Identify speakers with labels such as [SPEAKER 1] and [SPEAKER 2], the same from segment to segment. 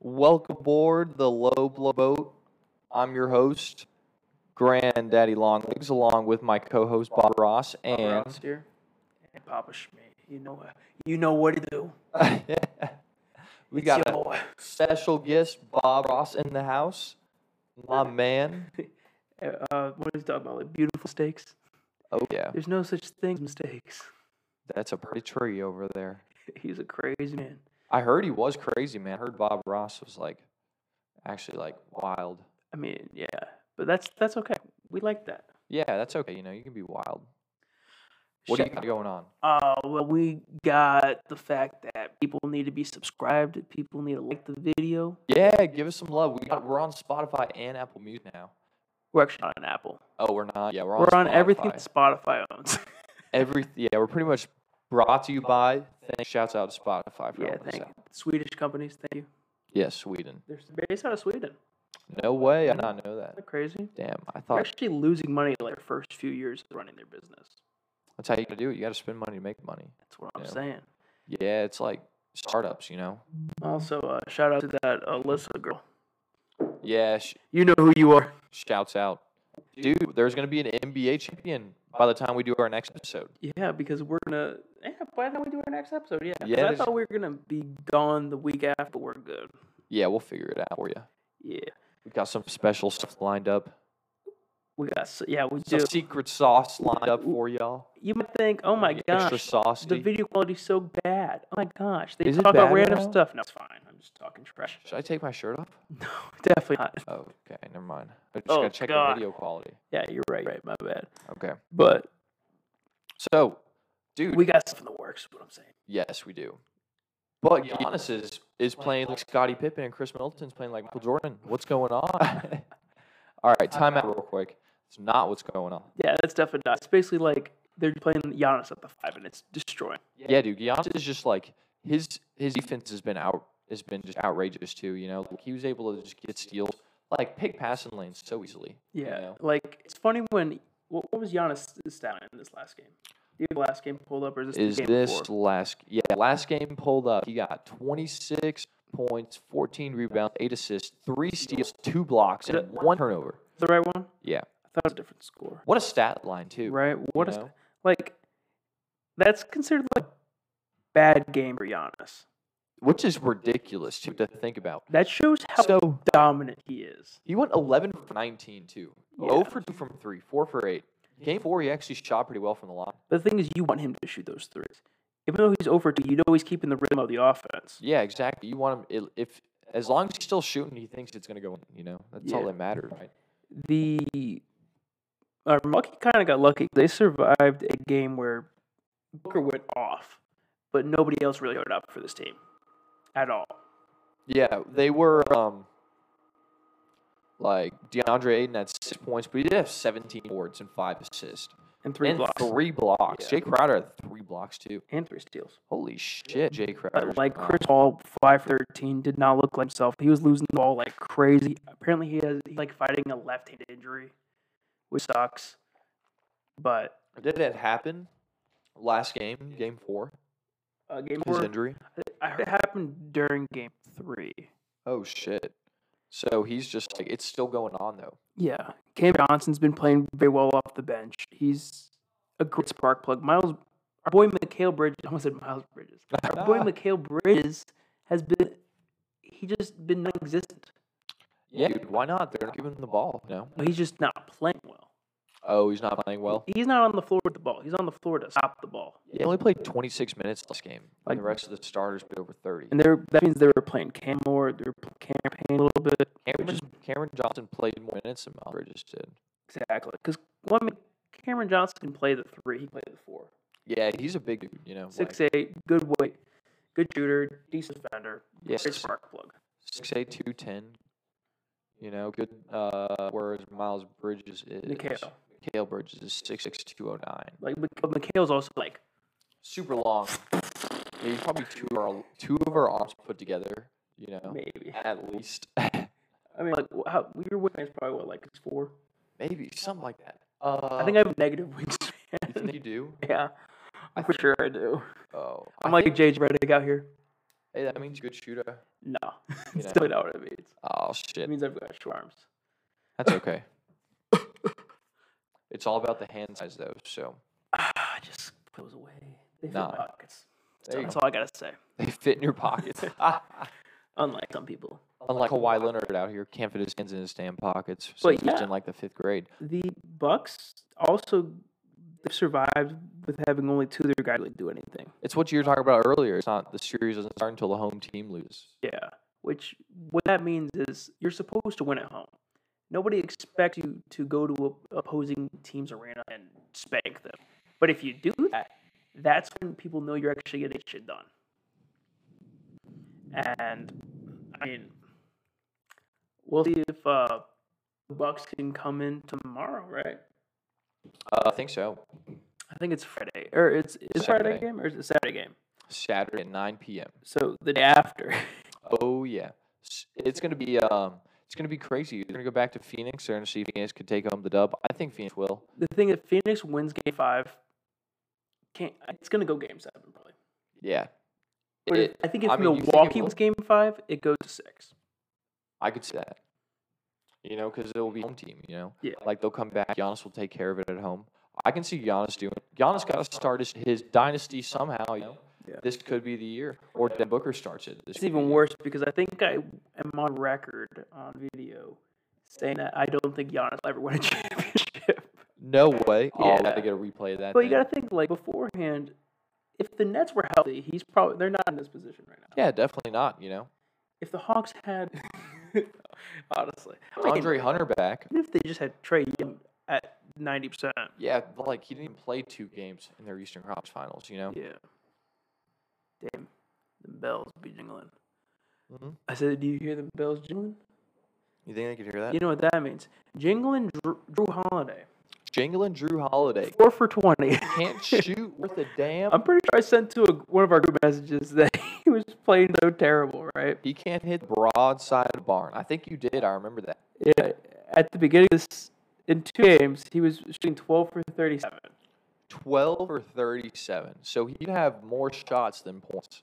[SPEAKER 1] Welcome aboard the Low Blow Boat. I'm your host, Granddaddy Longlegs, along with my co-host Bob Ross, and
[SPEAKER 2] Ross here. And Papa Schmidt. You know, uh, you know what to do.
[SPEAKER 1] we
[SPEAKER 2] It's
[SPEAKER 1] got
[SPEAKER 2] your
[SPEAKER 1] a
[SPEAKER 2] boy.
[SPEAKER 1] special guest, Bob Ross, in the house. My man.
[SPEAKER 2] Uh, what is talking about? Like beautiful mistakes.
[SPEAKER 1] Oh yeah,
[SPEAKER 2] There's no such thing as mistakes.
[SPEAKER 1] that's a pretty tree over there.
[SPEAKER 2] He's a crazy man.
[SPEAKER 1] I heard he was crazy, man. I heard Bob Ross was like, actually like wild.
[SPEAKER 2] I mean, yeah, but that's that's okay. We like that.
[SPEAKER 1] Yeah, that's okay. You know, you can be wild. What do you
[SPEAKER 2] Shut
[SPEAKER 1] got going on?
[SPEAKER 2] Uh, well, we got the fact that people need to be subscribed. People need to like the video.
[SPEAKER 1] Yeah, give us some love. We got, we're on Spotify and Apple Music now.
[SPEAKER 2] We're actually not on Apple.
[SPEAKER 1] Oh, we're not. Yeah, we're on.
[SPEAKER 2] We're on everything
[SPEAKER 1] Spotify.
[SPEAKER 2] that Spotify owns.
[SPEAKER 1] Every yeah, we're pretty much brought to you by. Thanks. Shouts out to Spotify for
[SPEAKER 2] yeah,
[SPEAKER 1] helping us
[SPEAKER 2] thank
[SPEAKER 1] out.
[SPEAKER 2] Swedish companies. Thank you.
[SPEAKER 1] Yeah, Sweden.
[SPEAKER 2] They're based out of Sweden.
[SPEAKER 1] No way, I did not know that.
[SPEAKER 2] Isn't that crazy?
[SPEAKER 1] Damn, I
[SPEAKER 2] They're
[SPEAKER 1] thought
[SPEAKER 2] actually losing money like their first few years of running their business.
[SPEAKER 1] that's how you gotta do it. You gotta spend money to make money.
[SPEAKER 2] That's what I'm
[SPEAKER 1] Yeah.
[SPEAKER 2] saying.
[SPEAKER 1] Yeah, it's like startups, you know.
[SPEAKER 2] Also, uh, shout out to that Alyssa girl.
[SPEAKER 1] Yeah, sh-
[SPEAKER 2] You know who you are.
[SPEAKER 1] shouts out, dude. There's gonna be an NBA champion by the time we do our next episode.
[SPEAKER 2] Yeah, because we're gonna. Yeah, why don't we do our next episode? Yeah. 'cause
[SPEAKER 1] Yeah,
[SPEAKER 2] I
[SPEAKER 1] there's-
[SPEAKER 2] thought we were gonna be gone the week after, but we're good.
[SPEAKER 1] Yeah, we'll figure it out for you.
[SPEAKER 2] Yeah,
[SPEAKER 1] We got some special stuff lined up.
[SPEAKER 2] we got. s- Yeah, we
[SPEAKER 1] Some
[SPEAKER 2] do.
[SPEAKER 1] secret sauce lined up for y'all.
[SPEAKER 2] You might think, oh my
[SPEAKER 1] Extra
[SPEAKER 2] gosh,
[SPEAKER 1] saucy.
[SPEAKER 2] the video quality's so bad. Oh my gosh, they
[SPEAKER 1] Is it
[SPEAKER 2] talk about
[SPEAKER 1] bad
[SPEAKER 2] random
[SPEAKER 1] now?
[SPEAKER 2] stuff. No, it's fine. I'm just talking trash.
[SPEAKER 1] Should I take my shirt off?
[SPEAKER 2] No, definitely not.
[SPEAKER 1] Oh, okay, never mind. I just
[SPEAKER 2] Oh,
[SPEAKER 1] gotta check
[SPEAKER 2] God.
[SPEAKER 1] the video quality.
[SPEAKER 2] Yeah, you're right. Right, my bad.
[SPEAKER 1] Okay.
[SPEAKER 2] But
[SPEAKER 1] So, dude,
[SPEAKER 2] we got stuff in the works. Is what I'm saying.
[SPEAKER 1] yes, we do. But Giannis is, is playing like Scottie Pippen and Chris Middleton's playing like Michael Jordan. What's going on? All right, time out real quick. It's not what's going on.
[SPEAKER 2] Yeah, that's definitely not. It's basically like they're playing Giannis at the five, and it's destroying.
[SPEAKER 1] Yeah, dude, Giannis is just like his his defense has been out has been just outrageous too. You know, like he was able to just get steals, like pick passing lanes so easily. you
[SPEAKER 2] Yeah,
[SPEAKER 1] know?
[SPEAKER 2] like it's funny when what, what was Giannis' stat line in this last game? Do you have the last game pulled up or is this
[SPEAKER 1] is
[SPEAKER 2] the game
[SPEAKER 1] this
[SPEAKER 2] before?
[SPEAKER 1] last yeah last game pulled up he got 26 points 14 rebounds 8 assists 3 steals 2 blocks and 1 turnover
[SPEAKER 2] the right one?
[SPEAKER 1] yeah
[SPEAKER 2] I thought it was a different score.
[SPEAKER 1] what a stat line too
[SPEAKER 2] Right? What
[SPEAKER 1] you
[SPEAKER 2] is
[SPEAKER 1] know?
[SPEAKER 2] like? That's considered like a bad game for Giannis.
[SPEAKER 1] which is ridiculous too, to think about
[SPEAKER 2] That shows how
[SPEAKER 1] so
[SPEAKER 2] dominant he is.
[SPEAKER 1] he went 11 for 19 too
[SPEAKER 2] Yeah.
[SPEAKER 1] 0 for 2 from 3 4 for 8 game 4 he actually shot pretty well from the line
[SPEAKER 2] But the thing is, you want him to shoot those threes, even though he's over two. You know he's keeping the rhythm of the offense.
[SPEAKER 1] yeah exactly you want him i- if as long as he's still shooting he thinks it's going to go in you know that's all
[SPEAKER 2] Yeah.
[SPEAKER 1] that matters right
[SPEAKER 2] the uh, Milwaukee kind of got lucky. They survived a game where Booker went off, but nobody else really showed up for this team at all.
[SPEAKER 1] Yeah, they were um like DeAndre Ayton had six points, but he did have seventeen boards and five assists.
[SPEAKER 2] And three
[SPEAKER 1] and
[SPEAKER 2] blocks
[SPEAKER 1] Three blocks.
[SPEAKER 2] Yeah.
[SPEAKER 1] Jay Crowder had three blocks too.
[SPEAKER 2] and three steals.
[SPEAKER 1] Holy shit, Jay Crowder.
[SPEAKER 2] But like Chris Paul, five for thirteen, did not look like himself. He was losing the ball like crazy. Apparently, he has he's like fighting a left-handed injury, which sucks. But
[SPEAKER 1] did that happen last game, game four?
[SPEAKER 2] uh, game
[SPEAKER 1] His
[SPEAKER 2] four,
[SPEAKER 1] injury.
[SPEAKER 2] I heard it happened during game three.
[SPEAKER 1] Oh shit. So he's just like it's still going on though.
[SPEAKER 2] Yeah, Cam Johnson's been playing very well off the bench. He's a great spark plug. Miles, our boy Mikhail Bridges. I almost said Miles Bridges. Our
[SPEAKER 1] Ah.
[SPEAKER 2] boy Mikhail Bridges has been. He just been non-existent.
[SPEAKER 1] Yeah, dude, why not? They're not giving him the ball. No.
[SPEAKER 2] No, He's just not playing well.
[SPEAKER 1] Oh, he's not playing well.
[SPEAKER 2] He's not on the floor with the ball. He's on the floor to stop the ball.
[SPEAKER 1] He only played 26 minutes last game. Like
[SPEAKER 2] Like-
[SPEAKER 1] the rest of the starters played over 30.
[SPEAKER 2] And they're, that means they were playing Cam more. They were playing Cam Payne a little bit.
[SPEAKER 1] Cameron, Cameron Johnson played more minutes than Miles Bridges did.
[SPEAKER 2] Exactly. Because one, Cameron Johnson can play the three. He played the four.
[SPEAKER 1] Yeah, he's a big dude, you know. like
[SPEAKER 2] Six eight. Good weight. Good shooter. Decent defender. Great
[SPEAKER 1] Yes.
[SPEAKER 2] spark plug.
[SPEAKER 1] six eight two ten. You know, good. Uh, whereas Miles Bridges is
[SPEAKER 2] Mikhail.
[SPEAKER 1] Mikhail Bridges is six six two oh nine.
[SPEAKER 2] Like, Mik- but Mikhail's also like,
[SPEAKER 1] Super long. Maybe probably two of our two of our arms put together. You know,
[SPEAKER 2] maybe.
[SPEAKER 1] at least
[SPEAKER 2] I mean, like, wh- how, your wingspan is probably what, like, it's four?
[SPEAKER 1] maybe something like that. Uh,
[SPEAKER 2] I think I have negative
[SPEAKER 1] you
[SPEAKER 2] wingspan.
[SPEAKER 1] think you do.
[SPEAKER 2] yeah. I'm for sure I do.
[SPEAKER 1] Oh,
[SPEAKER 2] I'm
[SPEAKER 1] I
[SPEAKER 2] like a JJ Redick out here.
[SPEAKER 1] Hey, that means good shooter.
[SPEAKER 2] No,
[SPEAKER 1] You
[SPEAKER 2] it's
[SPEAKER 1] know.
[SPEAKER 2] still not what it means.
[SPEAKER 1] Oh
[SPEAKER 2] It
[SPEAKER 1] shit,
[SPEAKER 2] means I've got short arms.
[SPEAKER 1] that's okay. it's all about the hand size though. So
[SPEAKER 2] Ah, just put those away. They fit in
[SPEAKER 1] Nah.
[SPEAKER 2] my pockets. So
[SPEAKER 1] there you
[SPEAKER 2] that's
[SPEAKER 1] go. Ah.
[SPEAKER 2] all I gotta say.
[SPEAKER 1] they fit in your pockets.
[SPEAKER 2] Unlike some people,
[SPEAKER 1] Unlike Kawhi Leonard out here, can't fit his hands in his damn pockets. So
[SPEAKER 2] But
[SPEAKER 1] he's
[SPEAKER 2] yeah.
[SPEAKER 1] in like the fifth grade.
[SPEAKER 2] the Bucks also they've survived with having only two of their guys really do anything.
[SPEAKER 1] It's what you were talking about earlier. It's not the series doesn't start until the home team loses.
[SPEAKER 2] Yeah. Which what that means is you're supposed to win at home. Nobody expects you to go to a, opposing team's arena and spank them. But if you do that, that's when people know you're actually getting shit done. And I mean, we'll see if uh, the Bucks can come in tomorrow, right?
[SPEAKER 1] Uh, I think so.
[SPEAKER 2] I think it's Friday, or it's is it Friday
[SPEAKER 1] Saturday.
[SPEAKER 2] game or is it Saturday game?
[SPEAKER 1] Saturday at 9 p.m.
[SPEAKER 2] So the day after.
[SPEAKER 1] Oh yeah, S- it's gonna be um, it's gonna be crazy. They're gonna go back to Phoenix. They're gonna see if Phoenix could take home the dub. I think Phoenix will.
[SPEAKER 2] the thing if Phoenix wins Game Five, can't it's gonna go Game Seven probably.
[SPEAKER 1] Yeah,
[SPEAKER 2] But if-
[SPEAKER 1] It-
[SPEAKER 2] I think if
[SPEAKER 1] I mean, you think it
[SPEAKER 2] Milwaukee
[SPEAKER 1] will?
[SPEAKER 2] wins Game Five, it goes to six.
[SPEAKER 1] I could see that. You know, because it'll be home team. You know,
[SPEAKER 2] Yeah.
[SPEAKER 1] like they'll come back. Giannis will take care of it at home. I can see Giannis doing. Giannis got to start his, his dynasty somehow. You know,
[SPEAKER 2] Yeah.
[SPEAKER 1] this could be the year, or Dan Booker starts it. This
[SPEAKER 2] It's
[SPEAKER 1] could be
[SPEAKER 2] even
[SPEAKER 1] the-
[SPEAKER 2] worse because I think I am on record on video saying that I don't think Giannis will ever win a championship.
[SPEAKER 1] No way. Oh, I
[SPEAKER 2] Yeah.
[SPEAKER 1] gotta get a replay of that.
[SPEAKER 2] But you
[SPEAKER 1] then.
[SPEAKER 2] gotta think like beforehand, if the Nets were healthy, he's probably they're not in this position right now.
[SPEAKER 1] Yeah, definitely not. You know,
[SPEAKER 2] If the Hawks had, honestly, I mean,
[SPEAKER 1] Andre Hunter back.
[SPEAKER 2] even if they just had Trey Young at ninety percent,
[SPEAKER 1] Yeah, but, like he didn't even play two games in their Eastern Conference Finals. You know.
[SPEAKER 2] Yeah. Damn. The bells be jingling.
[SPEAKER 1] Mhm.
[SPEAKER 2] I said, Do you hear the bells jingling?
[SPEAKER 1] You think they could hear that?
[SPEAKER 2] You know what that means. Jingling Drew, Drew Holiday.
[SPEAKER 1] Jangling Drew Holiday
[SPEAKER 2] Four for 20.
[SPEAKER 1] can't shoot worth a damn.
[SPEAKER 2] I'm pretty sure I sent to a, one of our group messages that he was playing so terrible, right?
[SPEAKER 1] He can't hit the broad side of the barn. I think you did. I remember that.
[SPEAKER 2] Yeah. At the beginning of this, in two games, he was shooting 12 for 37.
[SPEAKER 1] 12 or 37. So he'd have more shots than points.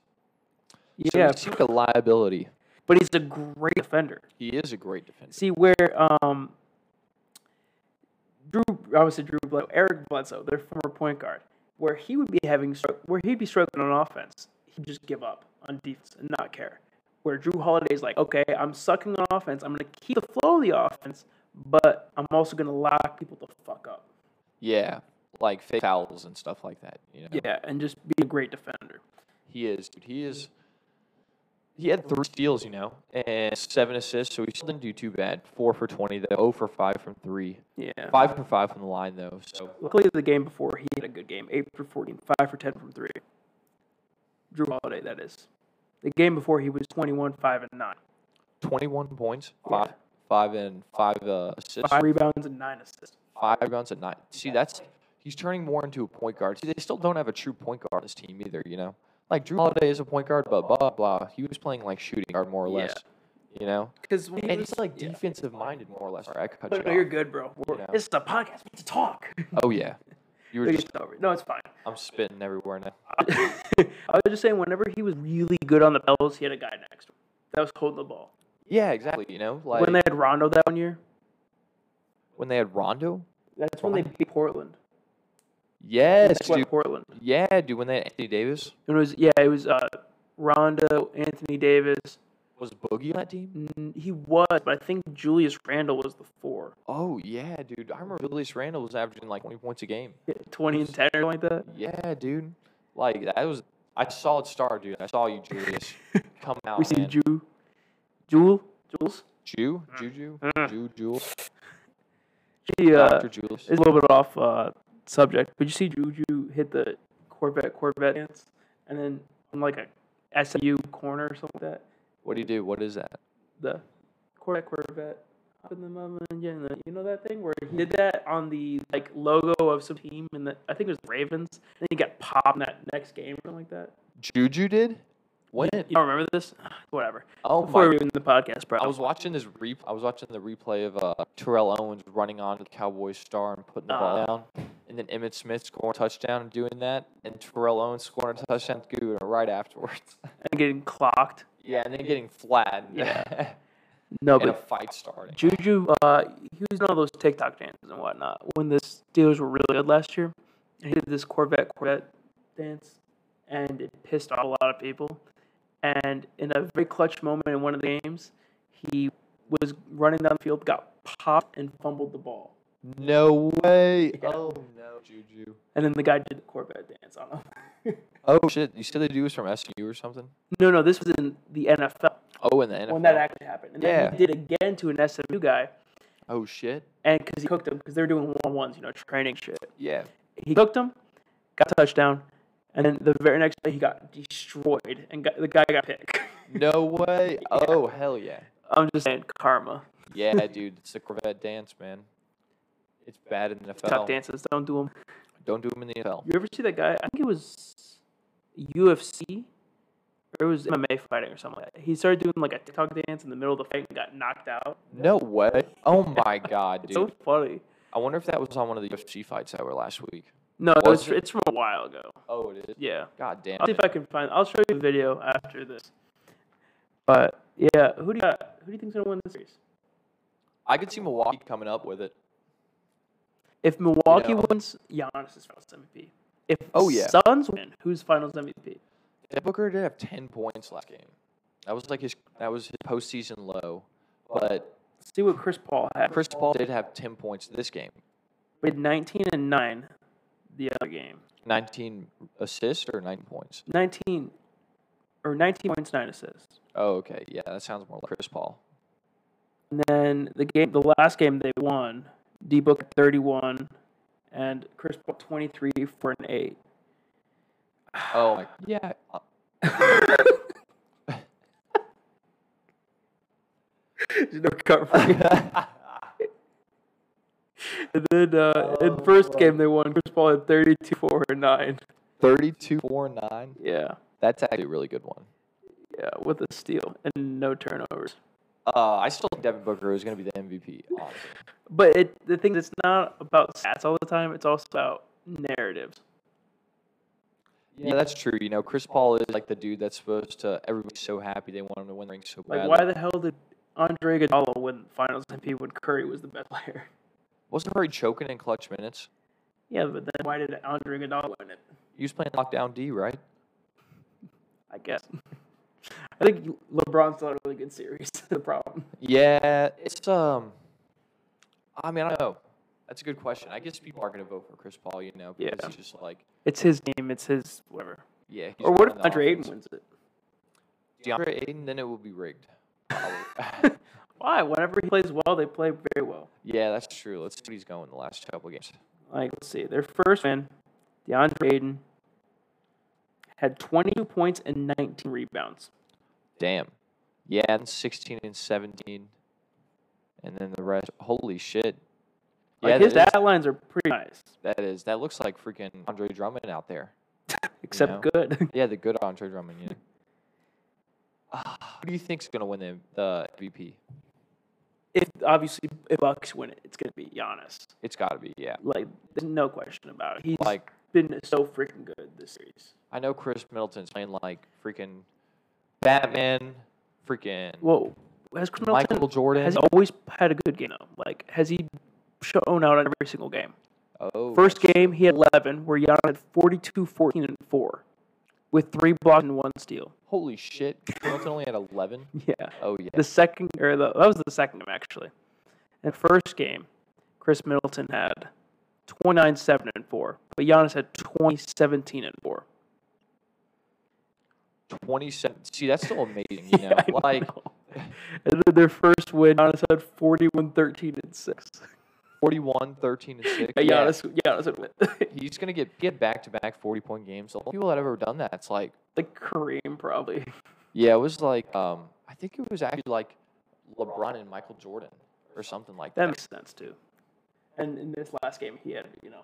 [SPEAKER 1] So
[SPEAKER 2] Yeah.
[SPEAKER 1] he seemed like a liability.
[SPEAKER 2] But he's a great defender.
[SPEAKER 1] He is a great defender.
[SPEAKER 2] see where um Drew I would say Drew Bledsoe, Eric Bledsoe, their former point guard, where he would be having stro- where he'd be struggling on offense, he'd just give up on defense and not care. Where Drew Holiday's like, okay, I'm sucking on offense, I'm gonna keep the flow of the offense, but I'm also gonna lock people the fuck up.
[SPEAKER 1] Yeah. Like fake fouls and stuff like that. You know?
[SPEAKER 2] Yeah, and just be a great defender.
[SPEAKER 1] He is. Dude, he is. He had three steals, you know, and seven assists, so he still didn't do too bad. Four for 20, though. 0 for 5 from three.
[SPEAKER 2] Yeah.
[SPEAKER 1] Five for 5 from the line, though. So
[SPEAKER 2] Luckily, the game before he had a good game, eight for 14, five for ten from three. Drew Holiday, that is. The game before he was 21, five and nine.
[SPEAKER 1] 21 points, five, five and five uh, assists,
[SPEAKER 2] five rebounds and nine assists.
[SPEAKER 1] five rebounds at nine. See, that's he's turning more into a point guard. See, they still don't have a true point guard on this team either. You know, like Drew Holiday is a point guard, but blah blah. He was playing like shooting guard more or
[SPEAKER 2] Yeah.
[SPEAKER 1] less. You know,
[SPEAKER 2] Because
[SPEAKER 1] and he's like defensive minded more or less. Sorry, I cut you
[SPEAKER 2] no,
[SPEAKER 1] off.
[SPEAKER 2] you're good, bro. We're-
[SPEAKER 1] You know.
[SPEAKER 2] This is a podcast. We have to talk.
[SPEAKER 1] Oh yeah, you were
[SPEAKER 2] We'll
[SPEAKER 1] just
[SPEAKER 2] get over it. no, it's fine.
[SPEAKER 1] I'm spitting everywhere now.
[SPEAKER 2] I was just saying, whenever he was really good on the bells, he had a guy next to him that was holding the ball.
[SPEAKER 1] Yeah, exactly. You know, like
[SPEAKER 2] when they had Rondo that one year,
[SPEAKER 1] had Rondo.
[SPEAKER 2] that's when they beat Portland.
[SPEAKER 1] Yes,
[SPEAKER 2] That's why
[SPEAKER 1] dude.
[SPEAKER 2] Portland.
[SPEAKER 1] Yeah, dude. When they had Anthony Davis
[SPEAKER 2] It was yeah, it was uh, Rondo, Anthony Davis.
[SPEAKER 1] was Boogie on that team.
[SPEAKER 2] Mm, He was, but I think Julius Randle was the four.
[SPEAKER 1] Oh yeah, dude. I remember Julius Randle was averaging like 20 points a game.
[SPEAKER 2] Twenty and ten or something like that.
[SPEAKER 1] Yeah, dude. Like that was I saw it start, dude. I saw you, Julius. Come out,
[SPEAKER 2] We see
[SPEAKER 1] man.
[SPEAKER 2] Ju, Jewel, Jules.
[SPEAKER 1] Jew, Juju,
[SPEAKER 2] Mm.
[SPEAKER 1] Jew, Jewel,
[SPEAKER 2] She uh,
[SPEAKER 1] Doctor Julius.
[SPEAKER 2] It's a little bit off uh, subject, but you see Juju hit the Corvette Corvette dance, and then in like a SMU corner or something like that,
[SPEAKER 1] What do you do? What is that?
[SPEAKER 2] the Corvette Corvette. up in the mama and yeah, and the- You know that thing where he did that on the like logo of some team, and the, I think it was Ravens. And he got popped in that next game or something like that.
[SPEAKER 1] Juju did? When?
[SPEAKER 2] You don't remember this? Whatever.
[SPEAKER 1] Oh
[SPEAKER 2] Before
[SPEAKER 1] my!
[SPEAKER 2] we were in the podcast, bro.
[SPEAKER 1] I was watching this re. I was watching the replay of uh, Terrell Owens running onto the Cowboys star and putting the ball down. and then Emmett Smith scoring a touchdown and doing that, and Terrell Owens scoring a touchdown doing it right afterwards.
[SPEAKER 2] and getting clocked.
[SPEAKER 1] yeah, and then getting flat.
[SPEAKER 2] Yeah. No,
[SPEAKER 1] and a
[SPEAKER 2] but
[SPEAKER 1] fight starting.
[SPEAKER 2] Juju, uh, he was in all those TikTok dances and whatnot when the Steelers were really good last year. And he did this Corvette Corvette dance, and it pissed off a lot of people. And in a very clutch moment in one of the games, he was running down the field, got popped, and fumbled the ball.
[SPEAKER 1] No way.
[SPEAKER 2] Yeah.
[SPEAKER 1] Oh no, Juju.
[SPEAKER 2] And then the guy did the Corvette dance on him.
[SPEAKER 1] Oh shit! You said the dude was from SU or something.
[SPEAKER 2] no, no, this was in the NFL,
[SPEAKER 1] Oh, in the NFL.
[SPEAKER 2] when that actually happened. And then he
[SPEAKER 1] Yeah.
[SPEAKER 2] did again to an SMU guy,
[SPEAKER 1] oh shit.
[SPEAKER 2] and because he cooked him, because they were doing one on ones, you know, training shit.
[SPEAKER 1] Yeah.
[SPEAKER 2] he cooked him, got a touchdown, and then the very next day he got destroyed, and got, the guy got picked.
[SPEAKER 1] No way. Oh hell yeah.
[SPEAKER 2] I'm just saying, karma.
[SPEAKER 1] Yeah, dude. It's the Corvette dance, man. It's bad in the NFL.
[SPEAKER 2] Top dances, don't do them.
[SPEAKER 1] Don't do them in the NFL.
[SPEAKER 2] You ever see that guy? I think it was UFC or it was MMA fighting or something like that. He started doing like a TikTok dance in the middle of the fight and got knocked out.
[SPEAKER 1] No way. Oh my god,
[SPEAKER 2] It's
[SPEAKER 1] dude.
[SPEAKER 2] so funny.
[SPEAKER 1] I wonder if that was on one of the UFC fights that were last week.
[SPEAKER 2] No,
[SPEAKER 1] Was
[SPEAKER 2] it's,
[SPEAKER 1] it?
[SPEAKER 2] it's from a while ago.
[SPEAKER 1] Oh, it is.
[SPEAKER 2] Yeah.
[SPEAKER 1] God damn.
[SPEAKER 2] I'll see
[SPEAKER 1] it.
[SPEAKER 2] if I can find. I'll show you the video after this. But yeah, who do you got? Who do you think's gonna win the series?
[SPEAKER 1] I could see Milwaukee coming up with it.
[SPEAKER 2] If Milwaukee
[SPEAKER 1] know?
[SPEAKER 2] wins, Giannis is Finals MVP. If
[SPEAKER 1] Oh, yeah.
[SPEAKER 2] Suns win, who's Finals MVP?
[SPEAKER 1] Devin Booker did have ten points last game. That was like his. That was his postseason low. But
[SPEAKER 2] See what Chris Paul had.
[SPEAKER 1] Chris Paul did have ten points this game.
[SPEAKER 2] with 19 and nine, the other game.
[SPEAKER 1] 19 assists or 9 points?
[SPEAKER 2] 19 or 19 points, nine assists.
[SPEAKER 1] Oh, okay. Yeah, that sounds more like Chris Paul.
[SPEAKER 2] And then the game, the last game they won, D Book 31, and Chris Paul 23 for an eight.
[SPEAKER 1] Oh, my. Yeah. uh,
[SPEAKER 2] There's no covering. and then uh, in first game they won. Chris Paul had 32 for a nine.
[SPEAKER 1] 32 4 9.
[SPEAKER 2] Yeah,
[SPEAKER 1] That's actually a really good one.
[SPEAKER 2] yeah, with a steal and no turnovers.
[SPEAKER 1] Uh, I still think Devin Booker is going to be the MVP. Honestly.
[SPEAKER 2] But it, the thing is, it's not about stats all the time. It's also about narratives.
[SPEAKER 1] Yeah, that's true. You know, Chris Paul is like the dude that's supposed to. Everybody's so happy they want him to win the ring so
[SPEAKER 2] Like,
[SPEAKER 1] bad.
[SPEAKER 2] why the hell did Andre Iguodala win Finals MVP when Curry was the best player?
[SPEAKER 1] Wasn't Curry choking in clutch minutes?
[SPEAKER 2] Yeah, but then why did Andre Iguodala win it?
[SPEAKER 1] He was playing lockdown D, right?
[SPEAKER 2] I guess. I think LeBron still had a really good series. the problem.
[SPEAKER 1] Yeah, it's um. I mean, I don't know. That's a good question. I guess people are going to vote for Chris Paul. You know, because
[SPEAKER 2] Yeah.
[SPEAKER 1] he's just like
[SPEAKER 2] It's his game. It's his whatever.
[SPEAKER 1] yeah. he's
[SPEAKER 2] Or what
[SPEAKER 1] running
[SPEAKER 2] if
[SPEAKER 1] the
[SPEAKER 2] Andre Ayton
[SPEAKER 1] offense.
[SPEAKER 2] wins it?
[SPEAKER 1] DeAndre Aiden, then it will be rigged.
[SPEAKER 2] Why? Whenever he plays well, they play very well.
[SPEAKER 1] yeah, that's true. Let's see what he's going the last couple games.
[SPEAKER 2] Like, let's see. Their first win, DeAndre Ayton had 22 points and 19 rebounds.
[SPEAKER 1] Damn. Yeah, and 16 and 17. And then the rest. Holy shit. Yeah,
[SPEAKER 2] Like, his
[SPEAKER 1] that,
[SPEAKER 2] stat lines are pretty nice,
[SPEAKER 1] is, that is. That looks like freaking Andre Drummond out there.
[SPEAKER 2] except
[SPEAKER 1] know?
[SPEAKER 2] good.
[SPEAKER 1] Yeah, the good Andre Drummond, yeah. Ah, Who do you think's going to win the, the MVP?
[SPEAKER 2] if obviously if Bucks win it, it's gonna be Giannis.
[SPEAKER 1] It's got to be, yeah.
[SPEAKER 2] Like, there's no question about it. He's
[SPEAKER 1] Like,
[SPEAKER 2] been so freaking good this series.
[SPEAKER 1] I know Chris Middleton's playing like freaking Batman, freaking
[SPEAKER 2] Whoa, has Chris Middleton
[SPEAKER 1] Michael Jordan.
[SPEAKER 2] has he always had a good game though? Like, has he shown out on every single game?
[SPEAKER 1] oh,
[SPEAKER 2] First game he had 11, where Giannis had 42, 14, and four, with three blocks and one steal.
[SPEAKER 1] Holy shit. Middleton only had 11?
[SPEAKER 2] Yeah.
[SPEAKER 1] Oh, yeah.
[SPEAKER 2] The second, or the, that was the second game actually. And first game, Chris Middleton had 29, 7, and 4, but Giannis had 20, 17, and 4.
[SPEAKER 1] 27. See, that's still amazing, you know?
[SPEAKER 2] I know.
[SPEAKER 1] like,
[SPEAKER 2] and then their first win, Giannis had 41, 13, and 6.
[SPEAKER 1] 41, 13, and 6.
[SPEAKER 2] Yeah,
[SPEAKER 1] Yeah,
[SPEAKER 2] Giannis, Giannis would win.
[SPEAKER 1] He's going to get get back to back 40 point games. The only people that have ever done that, it's like,
[SPEAKER 2] like Kareem, probably.
[SPEAKER 1] yeah, it was like, um, I think it was actually like LeBron and Michael Jordan or something like that.
[SPEAKER 2] That makes sense, too. And in this last game, he had, you know,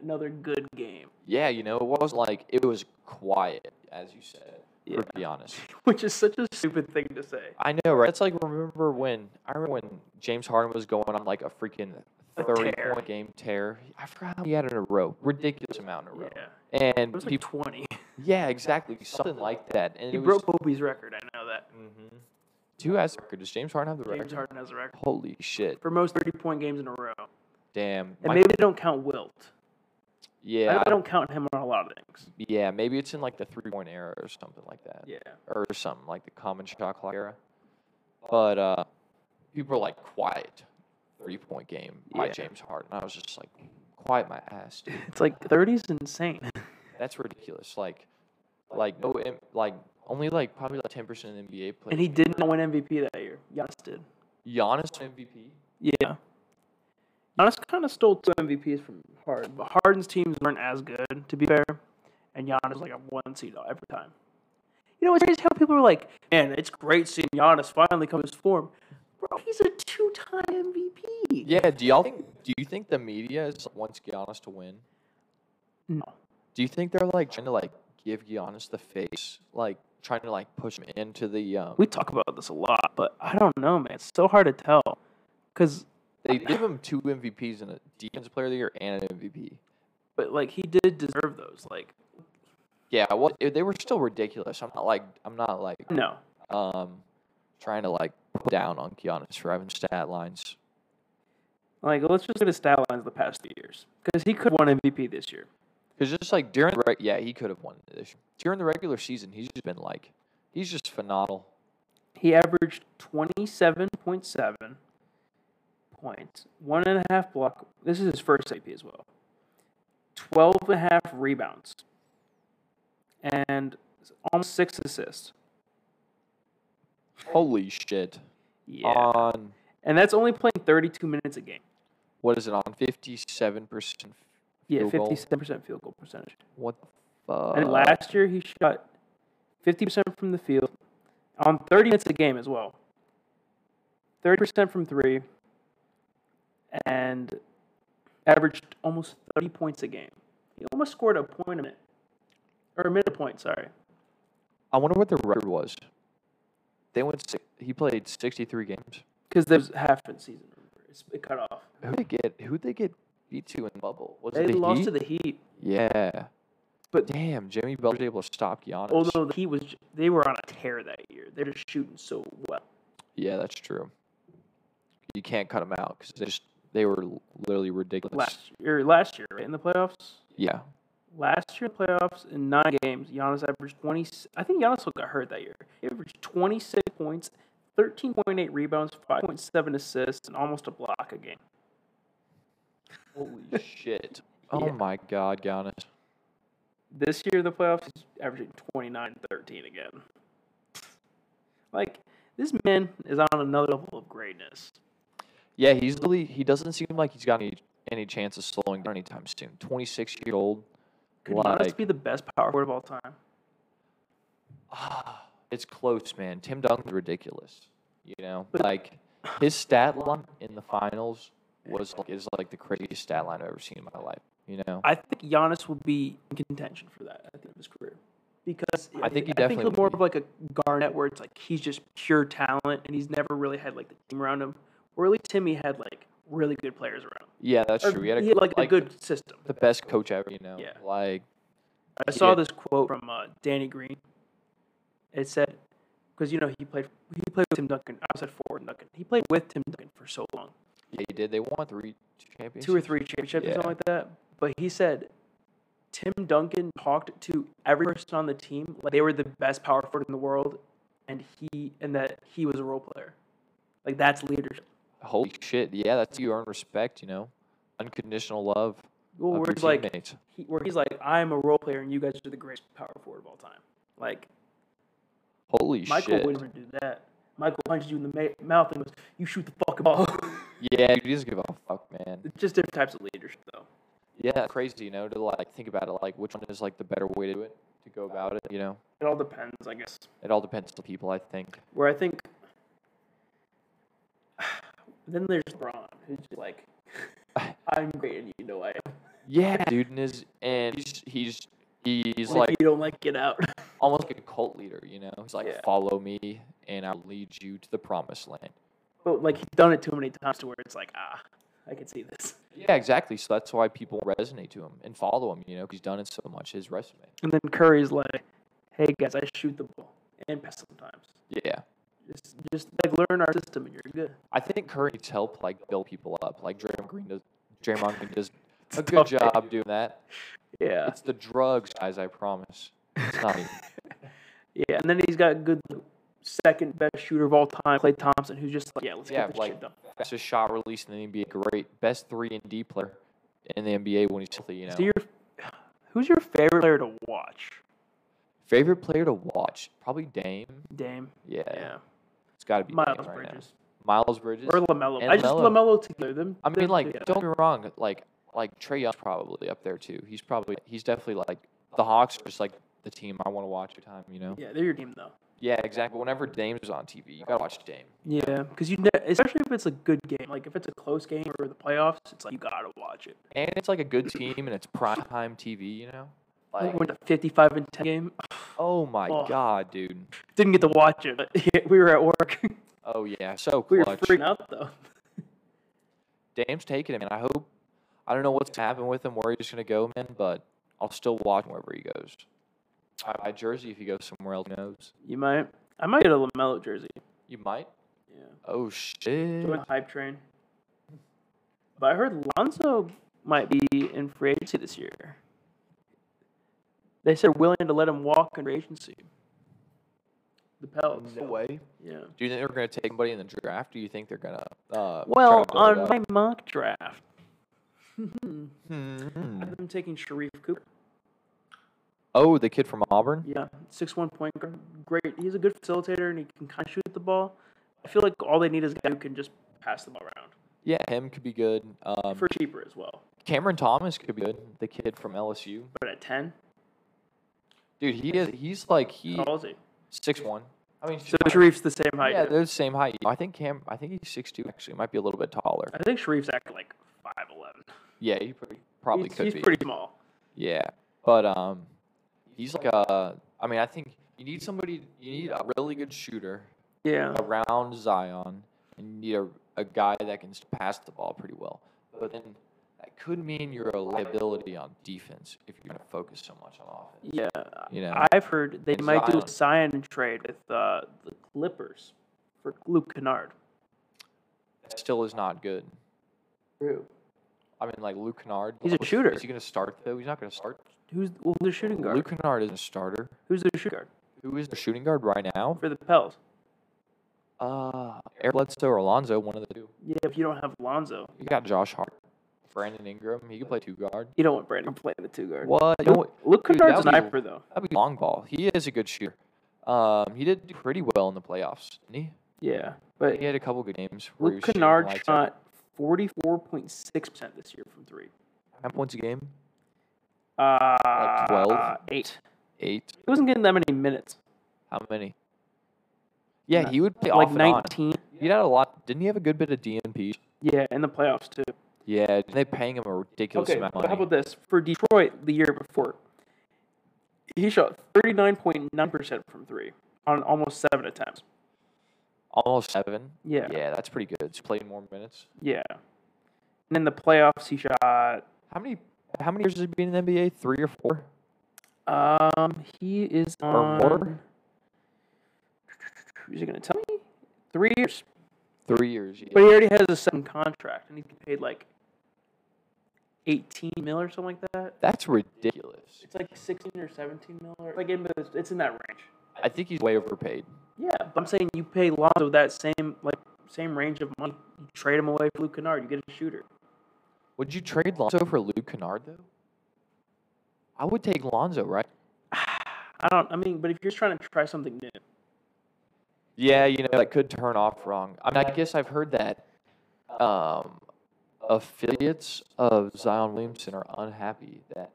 [SPEAKER 2] another good game,
[SPEAKER 1] Yeah, you know, it was like, it was quiet, as you said,
[SPEAKER 2] Yeah.
[SPEAKER 1] to be honest.
[SPEAKER 2] which is such a stupid thing to say.
[SPEAKER 1] I know, right? That's like remember when I remember when James Harden was going on like a freaking
[SPEAKER 2] A
[SPEAKER 1] thirty
[SPEAKER 2] tear.
[SPEAKER 1] point game tear. I forgot how many he had in a row. Ridiculous amount in a row.
[SPEAKER 2] Yeah.
[SPEAKER 1] And
[SPEAKER 2] It was like
[SPEAKER 1] people,
[SPEAKER 2] 20.
[SPEAKER 1] yeah, exactly, something like that. And
[SPEAKER 2] He
[SPEAKER 1] it
[SPEAKER 2] broke Kobe's record. I know that.
[SPEAKER 1] Was, mm-hmm. Who has the record? Does James Harden have the record?
[SPEAKER 2] James Harden has a record
[SPEAKER 1] Holy shit!
[SPEAKER 2] for most 30 point games in a row.
[SPEAKER 1] Damn.
[SPEAKER 2] And
[SPEAKER 1] Mike-
[SPEAKER 2] maybe they don't count Wilt.
[SPEAKER 1] yeah,
[SPEAKER 2] I, I don't count him on a lot of things.
[SPEAKER 1] Yeah, maybe it's in like the three point era or something like that.
[SPEAKER 2] Yeah.
[SPEAKER 1] Or something like the common shot clock era. But uh, people are like quiet three point game by
[SPEAKER 2] Yeah.
[SPEAKER 1] James Harden. I was just like, quiet my ass, dude.
[SPEAKER 2] It's like 30s insane.
[SPEAKER 1] That's ridiculous. Like, like no, M- like only like probably like ten percent of the NBA players.
[SPEAKER 2] And he did not win MVP that year. Giannis did.
[SPEAKER 1] Giannis won MVP.
[SPEAKER 2] Yeah. Giannis kind of stole two MVPs from Harden, but Harden's teams weren't as good, to be fair. And Giannis was like a one seed every time. You know, it's crazy how people are like, man, it's great seeing Giannis finally come to his form. Bro, he's a two time MVP.
[SPEAKER 1] Yeah. Do y'all think? Do you think the media is like, wants Giannis to win?
[SPEAKER 2] No.
[SPEAKER 1] Do you think they're like trying to like give Giannis the face, like trying to like push him into the um,
[SPEAKER 2] We talk about this a lot, but I don't know, man. It's so hard to tell. Because,
[SPEAKER 1] They give him two MVPs and a Defensive Player of the Year and an MVP.
[SPEAKER 2] but like, he did deserve those. Like,
[SPEAKER 1] Yeah, well, they were still ridiculous. I'm not like I'm not like
[SPEAKER 2] no.
[SPEAKER 1] um trying to like put down on Giannis for having stat lines.
[SPEAKER 2] Like, let's just look at his stat lines the past two years. Because he could have won MVP this year.
[SPEAKER 1] Because just like during the reg- yeah, he could have won it this year. During the regular season, he's just been like he's just phenomenal.
[SPEAKER 2] He averaged 27.7 points, one and a half block. This is his first AP as well. 12 and a half rebounds, and almost six assists.
[SPEAKER 1] Holy shit!
[SPEAKER 2] Yeah.
[SPEAKER 1] On
[SPEAKER 2] and that's only playing 32 minutes a game.
[SPEAKER 1] what is it? On fifty-seven percent.
[SPEAKER 2] Yeah,
[SPEAKER 1] Field goal.
[SPEAKER 2] 57% field goal percentage.
[SPEAKER 1] What the fuck?
[SPEAKER 2] and last year, he shot 50% from the field on 30 minutes a game as well. 30% from three, and averaged almost 30 points a game. He almost scored a point a minute, or a minute a point, sorry.
[SPEAKER 1] I wonder what the record was. They went. si- He played sixty-three games.
[SPEAKER 2] Because there's half the season. remember? It's- It cut off.
[SPEAKER 1] Who they get? Who they get beat to in the bubble? Was
[SPEAKER 2] They
[SPEAKER 1] it the
[SPEAKER 2] lost
[SPEAKER 1] Heat?
[SPEAKER 2] to the Heat,
[SPEAKER 1] yeah,
[SPEAKER 2] But-
[SPEAKER 1] damn, Jimmy Butler was able to stop Giannis.
[SPEAKER 2] although Oh, the Heat was j- they were on a tear that year. They're just shooting so well.
[SPEAKER 1] yeah, that's true. You can't cut them out because they just they were l- literally ridiculous.
[SPEAKER 2] Last year, last year, right in the playoffs.
[SPEAKER 1] Yeah,
[SPEAKER 2] Last year in playoffs in nine games, Giannis averaged twenty. I think Giannis got hurt that year. He averaged twenty six points, thirteen point eight rebounds, five point seven assists, and almost a block a game.
[SPEAKER 1] holy shit. Oh
[SPEAKER 2] Yeah.
[SPEAKER 1] my god, Giannis.
[SPEAKER 2] This year in the playoffs, he's averaging 29 13 again. Like this man is on another level of greatness.
[SPEAKER 1] Yeah, he's really he doesn't seem like he's got any any chance of slowing down anytime soon. Twenty six year old.
[SPEAKER 2] Could
[SPEAKER 1] like,
[SPEAKER 2] Giannis be the best power forward of all time?
[SPEAKER 1] Ah, it's close, man. Tim Duncan's ridiculous. You know, like his stat line in the finals was like is like the craziest stat line I've ever seen in my life. You know,
[SPEAKER 2] I think Giannis will be in contention for that at the end of his career. Because
[SPEAKER 1] I think he definitely
[SPEAKER 2] he'll
[SPEAKER 1] will
[SPEAKER 2] more
[SPEAKER 1] be.
[SPEAKER 2] of like a Garnett where it's like he's just pure talent and he's never really had like the team around him. Or at least Timmy had like really good players around
[SPEAKER 1] yeah, that's
[SPEAKER 2] him. Or
[SPEAKER 1] true. He had, a,
[SPEAKER 2] like, a good system.
[SPEAKER 1] the best coach ever. You know,
[SPEAKER 2] Yeah.
[SPEAKER 1] like
[SPEAKER 2] I
[SPEAKER 1] he
[SPEAKER 2] saw
[SPEAKER 1] did.
[SPEAKER 2] this quote from uh, Danny Green. It said, because you know he played he played with Tim Duncan. I said for Tim Duncan. He played with Tim Duncan for so long.
[SPEAKER 1] yeah, he did. They won three championships.
[SPEAKER 2] two or three championships or
[SPEAKER 1] Yeah.
[SPEAKER 2] something like that. But he said Tim Duncan talked to every person on the team like they were the best power forward in the world, and he and that he was a role player. Like that's leadership.
[SPEAKER 1] Holy shit! Yeah, that's you earn respect. You know, unconditional love
[SPEAKER 2] Well,
[SPEAKER 1] of
[SPEAKER 2] where
[SPEAKER 1] your
[SPEAKER 2] he's like
[SPEAKER 1] teammates.
[SPEAKER 2] he, where he's like I'm a role player, and you guys are the greatest power forward of all time. Like
[SPEAKER 1] Holy
[SPEAKER 2] Michael
[SPEAKER 1] shit!
[SPEAKER 2] would never do that. Michael punches you in the ma- mouth and goes, "You shoot the fucking ball."
[SPEAKER 1] Yeah, dude, he doesn't give a fuck, man.
[SPEAKER 2] it's just different types of leadership, though.
[SPEAKER 1] Yeah, that's crazy. You know, to like think about it, like which one is like the better way to do it, to go about it. You know.
[SPEAKER 2] It all depends, I guess.
[SPEAKER 1] It all depends on the people, I think.
[SPEAKER 2] where I think then there's LeBron, who's just like, I'm great and you know I am.
[SPEAKER 1] Yeah, dude, and his and he's he's he's
[SPEAKER 2] If
[SPEAKER 1] like
[SPEAKER 2] you don't like, get out.
[SPEAKER 1] almost like a cult leader, you know. He's like,
[SPEAKER 2] Yeah.
[SPEAKER 1] follow me, and I'll lead you to the promised land.
[SPEAKER 2] but like he's done it too many times to where it's like, ah, I can see this.
[SPEAKER 1] Yeah, exactly. So that's why people resonate to him and follow him. You know, 'cause he's done it so much. His resume.
[SPEAKER 2] And then Curry's like, "Hey guys, I shoot the ball and pass sometimes.
[SPEAKER 1] Yeah,
[SPEAKER 2] Just, just like learn our system, and you're good."
[SPEAKER 1] I think Curry needs help, like build people up. Like Draymond Green does. Draymond Green does a good
[SPEAKER 2] tough, man.
[SPEAKER 1] job doing that.
[SPEAKER 2] Yeah,
[SPEAKER 1] It's the drugs, guys. I promise. It's not me.
[SPEAKER 2] yeah. And then he's got good second best shooter of all time, Clay Thompson, who's just like, "Yeah, let's
[SPEAKER 1] Yeah,
[SPEAKER 2] get this
[SPEAKER 1] like
[SPEAKER 2] shit done."
[SPEAKER 1] fastest shot release in the NBA. Great, best three and D player in the NBA when he's healthy. You know,
[SPEAKER 2] So your who's your favorite player to watch?
[SPEAKER 1] favorite player to watch probably Dame.
[SPEAKER 2] Dame.
[SPEAKER 1] Yeah,
[SPEAKER 2] Yeah.
[SPEAKER 1] it's got to be Dame
[SPEAKER 2] Miles
[SPEAKER 1] right now.
[SPEAKER 2] Bridges.
[SPEAKER 1] Miles Bridges.
[SPEAKER 2] Or LaMelo.
[SPEAKER 1] and
[SPEAKER 2] I just
[SPEAKER 1] Melo.
[SPEAKER 2] LaMelo together. Them,
[SPEAKER 1] I mean,
[SPEAKER 2] them
[SPEAKER 1] like,
[SPEAKER 2] together.
[SPEAKER 1] don't be wrong. Like, like Trey Young's probably up there too. He's probably he's definitely like the Hawks are just like the team I want to watch every time. You know.
[SPEAKER 2] Yeah, they're your team, though.
[SPEAKER 1] Yeah, exactly. But whenever Dame's on TV, you gotta watch Dame.
[SPEAKER 2] Yeah, because you ne- especially if it's a good game, like if it's a close game or the playoffs, it's like you gotta watch it.
[SPEAKER 1] And it's like a good team, and it's prime time TV. You know.
[SPEAKER 2] Like,
[SPEAKER 1] Like,
[SPEAKER 2] when the fifty-five and ten game,
[SPEAKER 1] oh my
[SPEAKER 2] Oh.
[SPEAKER 1] god, dude.
[SPEAKER 2] didn't get to watch it, but we were at work.
[SPEAKER 1] Oh yeah, so
[SPEAKER 2] we were
[SPEAKER 1] clutch.
[SPEAKER 2] freaking out though.
[SPEAKER 1] Dame's taking him, and I hope. I don't know what's gonna happen with him, where he's gonna go, man. But I'll still watch him wherever he goes. I buy Jersey if he goes somewhere else. Who knows?
[SPEAKER 2] You might, I might get a Lamelo jersey.
[SPEAKER 1] You might.
[SPEAKER 2] Yeah,
[SPEAKER 1] Oh shit.
[SPEAKER 2] join the hype train. But I heard Lonzo might be in free agency this year. They said willing to let him walk in free agency. The Pelicans.
[SPEAKER 1] No way.
[SPEAKER 2] Yeah.
[SPEAKER 1] Do you think they're going to take somebody in the draft? Do you think they're going to? Uh, try
[SPEAKER 2] Well,
[SPEAKER 1] to
[SPEAKER 2] on
[SPEAKER 1] build
[SPEAKER 2] my mock draft,
[SPEAKER 1] up? Hmm.
[SPEAKER 2] I'm taking Sharif Cooper.
[SPEAKER 1] Oh, the kid from Auburn.
[SPEAKER 2] Yeah, six one point guard. Great. He's a good facilitator and he can kind of shoot the ball. I feel like all they need is a guy who can just pass the ball around
[SPEAKER 1] Yeah, him could be good. Um,
[SPEAKER 2] for cheaper as well.
[SPEAKER 1] Cameron Thomas could be good. The kid from LSU.
[SPEAKER 2] But at ten,
[SPEAKER 1] Dude, he is. He's like he
[SPEAKER 2] how tall is he?
[SPEAKER 1] six one. I mean,
[SPEAKER 2] So Sharif's the same height.
[SPEAKER 1] yeah, they're the same height. I think Cam. I think he's six two. Actually, might be a little bit taller.
[SPEAKER 2] I think Sharif's actually like five eleven.
[SPEAKER 1] Yeah, he pretty, probably
[SPEAKER 2] he's,
[SPEAKER 1] could
[SPEAKER 2] he's
[SPEAKER 1] be.
[SPEAKER 2] pretty small.
[SPEAKER 1] Yeah, but um, he's like a. I mean, I think you need somebody. You need a really good shooter
[SPEAKER 2] Yeah.
[SPEAKER 1] around Zion, and you need a, a guy that can s- pass the ball pretty well. But then that could mean you're a liability on defense if you're going to focus so much on offense.
[SPEAKER 2] Yeah.
[SPEAKER 1] You know,
[SPEAKER 2] I've heard they
[SPEAKER 1] And
[SPEAKER 2] might do a sign trade with uh, the Clippers for Luke Kennard.
[SPEAKER 1] that still is not good.
[SPEAKER 2] True.
[SPEAKER 1] I mean, like Luke Kennard.
[SPEAKER 2] He's a
[SPEAKER 1] what's-
[SPEAKER 2] shooter.
[SPEAKER 1] Is he going to start though? He's not going to start.
[SPEAKER 2] Who's well, who's the shooting guard?
[SPEAKER 1] Luke Kennard isn't a starter.
[SPEAKER 2] Who's the shooting guard
[SPEAKER 1] Who is the shooting guard right now?
[SPEAKER 2] for the Pels?
[SPEAKER 1] Uh, Eric Bledsoe or Alonzo, one of the two.
[SPEAKER 2] Yeah, if you don't have Lonzo,
[SPEAKER 1] You got Josh Hart, Brandon Ingram. He could play two guard.
[SPEAKER 2] you don't want Brandon playing the two guard.
[SPEAKER 1] What? You know
[SPEAKER 2] Luke,
[SPEAKER 1] what?
[SPEAKER 2] Luke
[SPEAKER 1] Dude,
[SPEAKER 2] Kennard's
[SPEAKER 1] that
[SPEAKER 2] an
[SPEAKER 1] would be-
[SPEAKER 2] hyper though.
[SPEAKER 1] That'd be long ball. He is a good shooter. Um, he did do pretty well in the playoffs, didn't he?
[SPEAKER 2] Yeah, but
[SPEAKER 1] He had a couple good games. Where he
[SPEAKER 2] Luke
[SPEAKER 1] was shooting
[SPEAKER 2] Kennard
[SPEAKER 1] lights out.
[SPEAKER 2] shot forty four point six percent this year from three.
[SPEAKER 1] How many points a game?
[SPEAKER 2] Uh,
[SPEAKER 1] 12?
[SPEAKER 2] eight.
[SPEAKER 1] Eight.
[SPEAKER 2] He wasn't getting that many minutes.
[SPEAKER 1] How many? Yeah,
[SPEAKER 2] Ni-
[SPEAKER 1] he would play
[SPEAKER 2] like
[SPEAKER 1] off and on.
[SPEAKER 2] nineteen.
[SPEAKER 1] He had a lot. Didn't he have a good bit of DNP?
[SPEAKER 2] Yeah, in the playoffs too.
[SPEAKER 1] Yeah, they're paying him a ridiculous
[SPEAKER 2] Okay,
[SPEAKER 1] amount of
[SPEAKER 2] but
[SPEAKER 1] money.
[SPEAKER 2] how about this for Detroit the year before? He shot thirty nine point nine percent from three on almost seven attempts.
[SPEAKER 1] Almost seven.
[SPEAKER 2] Yeah.
[SPEAKER 1] Yeah, that's pretty good. He's played more minutes.
[SPEAKER 2] Yeah, and in the playoffs he shot.
[SPEAKER 1] How many? How many years has he been in the NBA? Three or four?
[SPEAKER 2] Um, he is on.
[SPEAKER 1] more?
[SPEAKER 2] Is he gonna tell me? Three years.
[SPEAKER 1] Three years. Yeah.
[SPEAKER 2] But he already has a second contract, and he's getting paid like eighteen mil or something like that.
[SPEAKER 1] That's ridiculous.
[SPEAKER 2] It's like sixteen or seventeen mil, or like in, it's- it's in that range.
[SPEAKER 1] I think he's way overpaid.
[SPEAKER 2] Yeah, but I'm saying you pay Lonzo that same like same range of money. You trade him away for Luke Kennard, you get a shooter.
[SPEAKER 1] Would you trade Lonzo for Luke Kennard though? I would take Lonzo, right?
[SPEAKER 2] I don't. I mean, but if you're just trying to try something new,
[SPEAKER 1] Yeah, you know that could turn off wrong. I mean, I guess I've heard that um, affiliates of Zion Williamson are unhappy that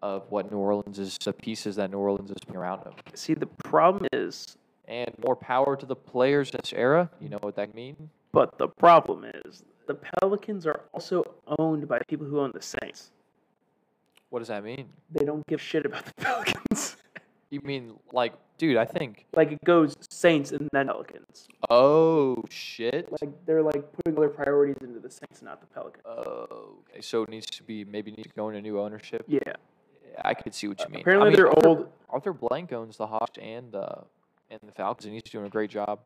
[SPEAKER 1] of what New Orleans is the pieces that New Orleans is putting around him,
[SPEAKER 2] see the problem is,
[SPEAKER 1] and more power to the players in this era. You know what that means?
[SPEAKER 2] but the problem is the Pelicans are also owned by people who own the Saints.
[SPEAKER 1] What does that mean?
[SPEAKER 2] They don't give shit about the Pelicans.
[SPEAKER 1] You mean like dude, I think.
[SPEAKER 2] Like it goes Saints and then Pelicans.
[SPEAKER 1] Oh shit.
[SPEAKER 2] Like they're like putting other priorities into the Saints, not the Pelicans.
[SPEAKER 1] Oh, okay. So it needs to be maybe needs to go into new ownership.
[SPEAKER 2] Yeah.
[SPEAKER 1] I could see what you mean. I
[SPEAKER 2] Apparently
[SPEAKER 1] mean,
[SPEAKER 2] they're
[SPEAKER 1] Arthur-
[SPEAKER 2] old.
[SPEAKER 1] Arthur Blank owns the Hawks and the and the Falcons, and he's doing a great job.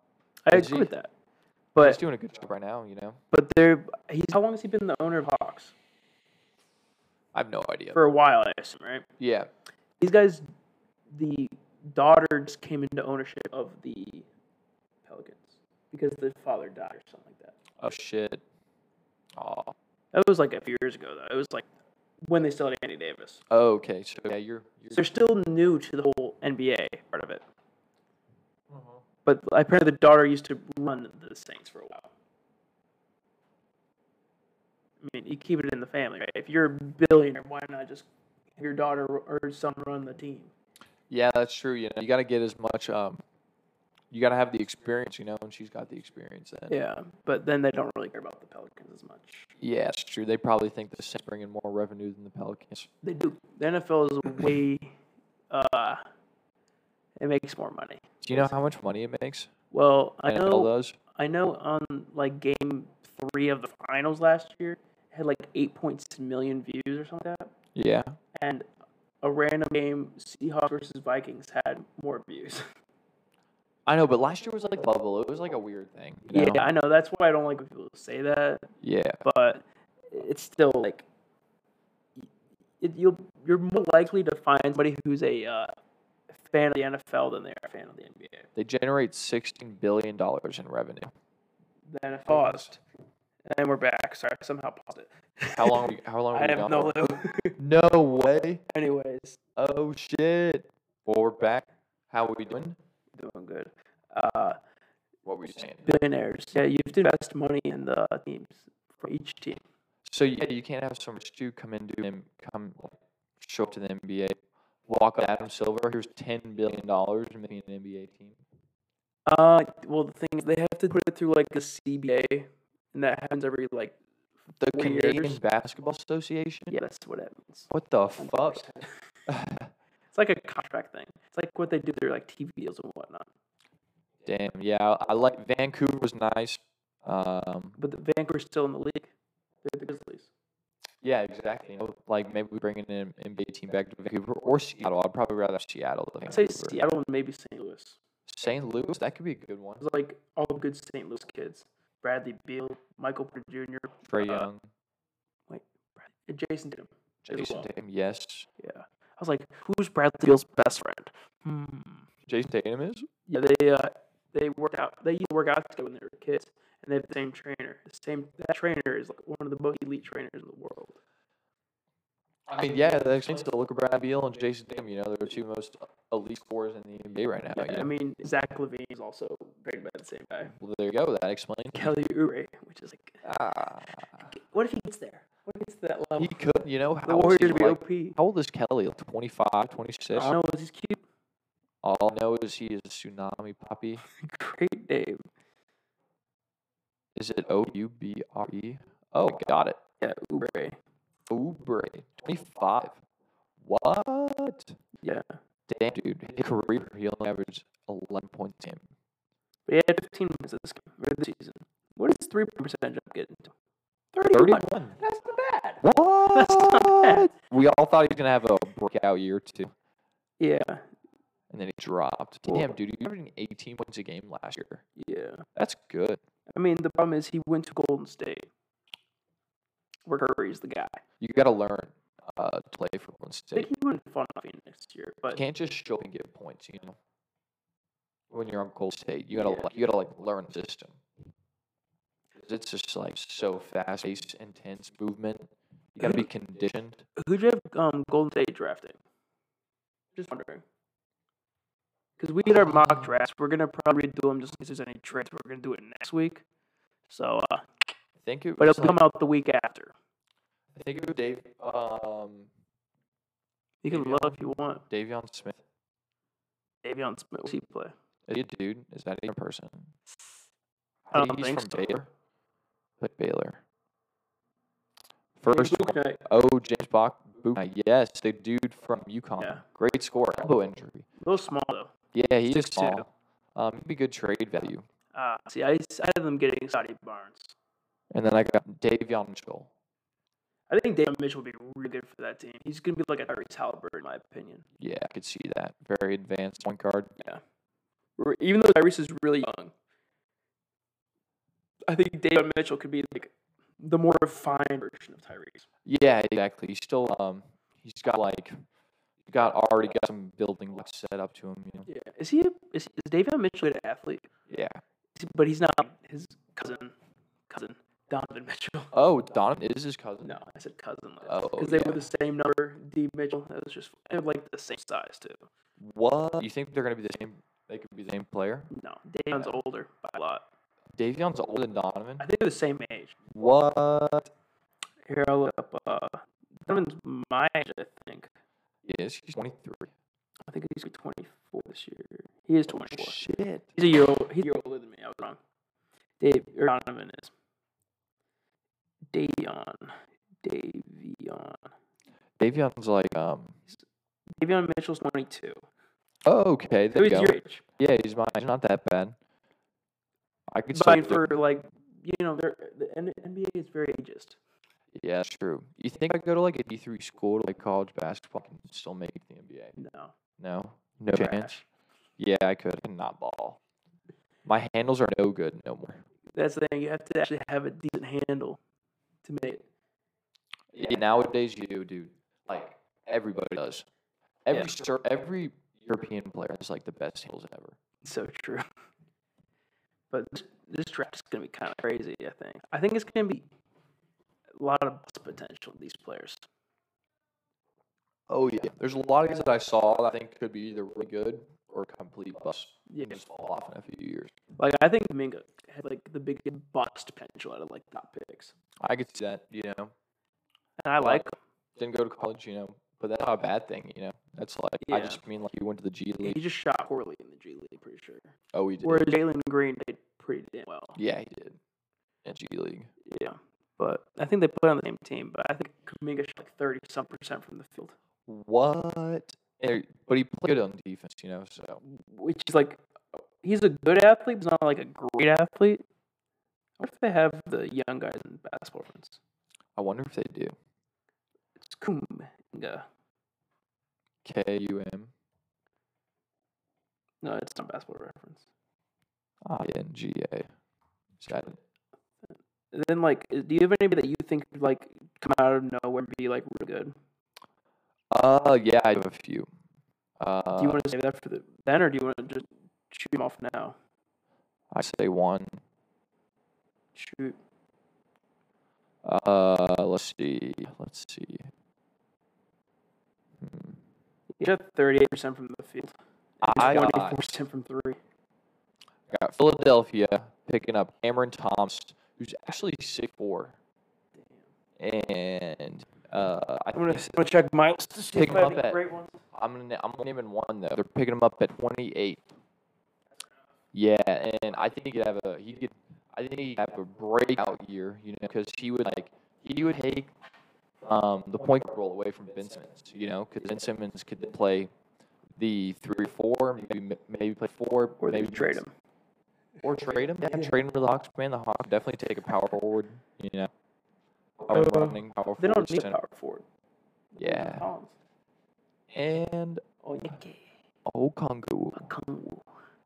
[SPEAKER 2] I
[SPEAKER 1] is
[SPEAKER 2] agree
[SPEAKER 1] he-
[SPEAKER 2] with that.
[SPEAKER 1] he's
[SPEAKER 2] But
[SPEAKER 1] doing a good job right now. You know,
[SPEAKER 2] but they're he's how long has he been the owner of Hawks?
[SPEAKER 1] I have no idea.
[SPEAKER 2] For a while, I assume, right?
[SPEAKER 1] yeah,
[SPEAKER 2] These guys, the daughter just came into ownership of the Pelicans because the father died or something like that.
[SPEAKER 1] Oh shit. Oh.
[SPEAKER 2] That was like a few years ago, though. It was like when they still had Andy Davis.
[SPEAKER 1] Okay. So yeah, you're. you're
[SPEAKER 2] So they're still new to the whole NBA part of it. But apparently, the daughter used to run the Saints for a while. I mean, you keep it in the family, right? If you're a billionaire, why not just have your daughter or son run the team?
[SPEAKER 1] yeah, that's true. You know, you got to get as much. Um, you got to have the experience, you know, and she's got the experience. Then.
[SPEAKER 2] Yeah, but then they don't really care about the Pelicans as much.
[SPEAKER 1] Yeah, it's true. They probably think the Saints bring in more revenue than the Pelicans.
[SPEAKER 2] They do. The NFL is way, uh, it makes more money.
[SPEAKER 1] Do you know how much money it makes?
[SPEAKER 2] Well, I
[SPEAKER 1] NFL
[SPEAKER 2] know,
[SPEAKER 1] does.
[SPEAKER 2] I know. On like game three of the finals last year, it had like eight point six million views or something like that.
[SPEAKER 1] Yeah.
[SPEAKER 2] and a random game Seahawks versus Vikings had more views.
[SPEAKER 1] I know, but last year was like bubble. It was like a weird thing. You know?
[SPEAKER 2] Yeah, I know. That's why I don't like when people say that,
[SPEAKER 1] Yeah.
[SPEAKER 2] but it's still like it, you'll you're more likely to find somebody who's a uh, fan of the NFL than they are a fan of the NBA.
[SPEAKER 1] They generate sixteen billion dollars in revenue.
[SPEAKER 2] Then it paused, and we're back. Sorry, I somehow paused it.
[SPEAKER 1] How long? How long?
[SPEAKER 2] I
[SPEAKER 1] were we gone
[SPEAKER 2] have no
[SPEAKER 1] for?
[SPEAKER 2] clue.
[SPEAKER 1] No way.
[SPEAKER 2] Anyways,
[SPEAKER 1] Oh shit. Well, we're back. How are we doing?
[SPEAKER 2] doing good. Uh,
[SPEAKER 1] What were you saying?
[SPEAKER 2] billionaires. Yeah, you have to invest money in the teams for each team.
[SPEAKER 1] So yeah, you can't have some rich dude come into him, come like, show up to the NBA, walk up to Adam Silver. Here's ten billion dollars and making an NBA team.
[SPEAKER 2] Uh, well, the thing is, they have to put it through like the CBA, and that happens every like
[SPEAKER 1] The
[SPEAKER 2] Four
[SPEAKER 1] Canadian
[SPEAKER 2] years.
[SPEAKER 1] Basketball Association.
[SPEAKER 2] yeah, that's what it means.
[SPEAKER 1] What the fuck?
[SPEAKER 2] It's like a contract thing. It's like what they do through like TV deals and whatnot.
[SPEAKER 1] Damn. Yeah, I- I like Vancouver was nice. Um,
[SPEAKER 2] But the Vancouver's still in the league. They're the Grizzlies.
[SPEAKER 1] yeah, exactly. You know, like maybe we bring in an NBA team back to Vancouver or Seattle. I'd probably rather have Seattle than
[SPEAKER 2] I'd say
[SPEAKER 1] Vancouver.
[SPEAKER 2] Seattle and maybe St. Louis.
[SPEAKER 1] St. Louis, that could be a good one.
[SPEAKER 2] It's like all the good St. Louis kids: Bradley Beal, Michael Porter Jr.,
[SPEAKER 1] Trey
[SPEAKER 2] uh,
[SPEAKER 1] Young,
[SPEAKER 2] Brad- and Jason Tatum. as
[SPEAKER 1] Jason
[SPEAKER 2] well.
[SPEAKER 1] Tatum, yes.
[SPEAKER 2] Yeah, I was like, who's Bradley Beal's best friend? Hmm.
[SPEAKER 1] Jason Tatum is.
[SPEAKER 2] Yeah, they uh, they worked out. They used to work out together when they were kids, and they have the same trainer. The same that trainer is like one of the most elite trainers in the world.
[SPEAKER 1] I mean, yeah, that explains the look of Brad Beal and Jason Tatum. You know, they're the two most elite scorers in the NBA right now.
[SPEAKER 2] Yeah, Mm-hmm.
[SPEAKER 1] you
[SPEAKER 2] I
[SPEAKER 1] know?
[SPEAKER 2] mean Zach Levine is also trained by the same guy.
[SPEAKER 1] well, there you go. That explains.
[SPEAKER 2] Kelly Oubre, which is like,
[SPEAKER 1] Ah,
[SPEAKER 2] what if he gets there? What if he gets to that level?
[SPEAKER 1] he could, you know,
[SPEAKER 2] the
[SPEAKER 1] how old, is he,
[SPEAKER 2] Warriors be
[SPEAKER 1] like-
[SPEAKER 2] OP.
[SPEAKER 1] how old is Kelly? Like 25, 26?
[SPEAKER 2] I know he's cute.
[SPEAKER 1] All I know Oh, is he is a tsunami puppy.
[SPEAKER 2] Great name.
[SPEAKER 1] Is it O U B R E? Oh, I got it.
[SPEAKER 2] Yeah, Oubre.
[SPEAKER 1] Oubre, 25. What?
[SPEAKER 2] Yeah,
[SPEAKER 1] Damn, dude. His career, he only averaged 11 points a game.
[SPEAKER 2] but he had 15 minutes this game or this season. What is three percentage up getting to?
[SPEAKER 1] 31.
[SPEAKER 2] That's not bad.
[SPEAKER 1] What?
[SPEAKER 2] not bad.
[SPEAKER 1] We all thought he was going to have a breakout year, too.
[SPEAKER 2] Yeah,
[SPEAKER 1] and then he dropped.
[SPEAKER 2] Well-
[SPEAKER 1] Damn, dude, he averaging 18 points a game last year.
[SPEAKER 2] yeah.
[SPEAKER 1] That's good.
[SPEAKER 2] I mean, the problem is he went to Golden State, where Curry's the guy.
[SPEAKER 1] You got to learn uh, to play for one
[SPEAKER 2] I
[SPEAKER 1] state.
[SPEAKER 2] think he would have fun on Phoenix this year,
[SPEAKER 1] You
[SPEAKER 2] but
[SPEAKER 1] can't just show up and get points, you know. When you're on Golden State, you gotta
[SPEAKER 2] Yeah.
[SPEAKER 1] like, you gotta like learn the system. 'Cause It's just like so fast, paced, intense movement. You gotta be conditioned.
[SPEAKER 2] who'd you have um, Golden State drafting? Just wondering. Because we did our mock drafts. We're going to probably do them just in case there's any trades. We're going to do it next week. So, uh,
[SPEAKER 1] I think it
[SPEAKER 2] but
[SPEAKER 1] was
[SPEAKER 2] it'll come
[SPEAKER 1] like,
[SPEAKER 2] out the week after.
[SPEAKER 1] I think it was Dave um
[SPEAKER 2] You can
[SPEAKER 1] Davion.
[SPEAKER 2] look if you want.
[SPEAKER 1] Davion Smith.
[SPEAKER 2] Davion Smith, what's he play?
[SPEAKER 1] Is he a dude? Is that even a person?
[SPEAKER 2] I don't
[SPEAKER 1] he's
[SPEAKER 2] think
[SPEAKER 1] from
[SPEAKER 2] so.
[SPEAKER 1] Baylor. Like Baylor.
[SPEAKER 2] Maybe
[SPEAKER 1] First
[SPEAKER 2] Luke Knight.
[SPEAKER 1] Oh, James Bach. Yes, the dude from UConn.
[SPEAKER 2] Yeah.
[SPEAKER 1] Great score. Elbow injury.
[SPEAKER 2] A little small, though.
[SPEAKER 1] Yeah, he's
[SPEAKER 2] 6'2".
[SPEAKER 1] small. Um, he'd be good trade value.
[SPEAKER 2] Uh, see, I, s- I had them getting Scotty Barnes.
[SPEAKER 1] And then I got Davion Mitchell.
[SPEAKER 2] I think David Mitchell would be really good for that team. He's going to be like a Tyrese Halliburton, in my opinion.
[SPEAKER 1] Yeah, I could see that. Very advanced point guard.
[SPEAKER 2] Re- Even though Tyrese is really young, I think David Mitchell could be like the more refined version of Tyrese.
[SPEAKER 1] Yeah, exactly. He's still um, he's got like, got already got some building blocks set up to him. You know?
[SPEAKER 2] Yeah. Is he? a- Is, is David Mitchell a good athlete?
[SPEAKER 1] Yeah.
[SPEAKER 2] Is he- But he's not his cousin. Cousin Donovan Mitchell.
[SPEAKER 1] Oh, Donovan is his cousin.
[SPEAKER 2] No, I said cousin.
[SPEAKER 1] Oh,
[SPEAKER 2] Because they were
[SPEAKER 1] yeah.
[SPEAKER 2] the same number. D Mitchell. It was just they were like the same size too.
[SPEAKER 1] What? You think they're gonna be the same? They could be the same player.
[SPEAKER 2] No, Davion's older by a lot.
[SPEAKER 1] Davion's older than Donovan.
[SPEAKER 2] I think they're the same age.
[SPEAKER 1] What?
[SPEAKER 2] Here, I'll look up. Uh, Donovan's my age, I think.
[SPEAKER 1] Yes, he's twenty three.
[SPEAKER 2] I think he's 24 this year. He is 24.
[SPEAKER 1] Shit.
[SPEAKER 2] He's a year old. He's a year older than me. I was wrong. Dave or Donovan is. Davion. Davion.
[SPEAKER 1] Davion's like um.
[SPEAKER 2] Davion Mitchell's 22.
[SPEAKER 1] Oh, okay.
[SPEAKER 2] So
[SPEAKER 1] There you
[SPEAKER 2] he's
[SPEAKER 1] go.
[SPEAKER 2] your age.
[SPEAKER 1] Yeah, he's mine. He's not that bad. I could
[SPEAKER 2] But I
[SPEAKER 1] see
[SPEAKER 2] mean, for like, you know, they're, the N- NBA is very ageist.
[SPEAKER 1] Yeah, that's true. You think I go to like a D three school to like college basketball and still make it to the NBA?
[SPEAKER 2] No.
[SPEAKER 1] No, no
[SPEAKER 2] Trash.
[SPEAKER 1] chance. Yeah, I could. I cannot ball. My handles are no good no more.
[SPEAKER 2] That's the thing. You have to actually have a decent handle to make it.
[SPEAKER 1] Yeah, nowadays you do, dude. Like everybody does. Every cer- every European player has like the best handles ever.
[SPEAKER 2] So true. But this, this draft is going to be kind of crazy, I think. I think it's going to be a lot of bust potential in these players.
[SPEAKER 1] Oh yeah, there's a lot of guys that I saw that I think could be either really good or complete bust.
[SPEAKER 2] Yeah.
[SPEAKER 1] and just fall off in a few years.
[SPEAKER 2] Like, I think Minga had, like, the biggest bust potential out of, like, top picks.
[SPEAKER 1] I could see that. You know,
[SPEAKER 2] And I like him.
[SPEAKER 1] didn't go to college. You know, but that's not a bad thing. You know, that's like I
[SPEAKER 2] Yeah.
[SPEAKER 1] just mean like you went to the G
[SPEAKER 2] He
[SPEAKER 1] League.
[SPEAKER 2] just shot poorly in the G League, pretty sure.
[SPEAKER 1] Oh, he did.
[SPEAKER 2] Whereas Jalen Green did pretty damn well.
[SPEAKER 1] Yeah, he did. In G League.
[SPEAKER 2] Yeah. But I think they put on the same team, but I think Kuminga shot like 30 some percent from the field,
[SPEAKER 1] What? And- but he played good on defense, you know. So
[SPEAKER 2] which is like, he's a good athlete, but he's not like a great athlete. What if they have the young guys in basketball reference?
[SPEAKER 1] I wonder if they do.
[SPEAKER 2] It's Kuminga.
[SPEAKER 1] K U M
[SPEAKER 2] No, it's not basketball reference.
[SPEAKER 1] I N G A. Is that it?
[SPEAKER 2] And then, like, do you have anybody that you think could, like, come out of nowhere and be, like, really good?
[SPEAKER 1] Uh, yeah, I have a few. Uh,
[SPEAKER 2] do you want to save that for the then, or do you want to just shoot him off now?
[SPEAKER 1] I say one.
[SPEAKER 2] Shoot.
[SPEAKER 1] Uh, let's see. Let's see. Hmm.
[SPEAKER 2] He shot 38% from the field.
[SPEAKER 1] I got-
[SPEAKER 2] 24% from three.
[SPEAKER 1] got Philadelphia picking up Cameron Thompson, who's actually six four, and uh, I
[SPEAKER 2] I'm gonna,
[SPEAKER 1] think
[SPEAKER 2] I'm gonna check my list to see
[SPEAKER 1] Pick 'em
[SPEAKER 2] if I
[SPEAKER 1] up
[SPEAKER 2] have any
[SPEAKER 1] at-
[SPEAKER 2] great ones.
[SPEAKER 1] I'm gonna I'm gonna name in one though. They're picking him up at 28. Yeah, and I think he could have a he could I think he could have a breakout year, you know, because he would like he would take um, the point guard role away from Ben Simmons, you know, because Ben Simmons could then play the three or four, maybe maybe play four,
[SPEAKER 2] Or they
[SPEAKER 1] maybe
[SPEAKER 2] would trade him.
[SPEAKER 1] or trade him. Yeah, trade him to the Hawks. Man, the Hawks definitely take a power forward, you know, a running power
[SPEAKER 2] They
[SPEAKER 1] forward
[SPEAKER 2] don't need
[SPEAKER 1] center.
[SPEAKER 2] power forward. They need
[SPEAKER 1] Yeah,
[SPEAKER 2] Collins.
[SPEAKER 1] and
[SPEAKER 2] Onyeke.
[SPEAKER 1] Okongu.
[SPEAKER 2] Okongwu.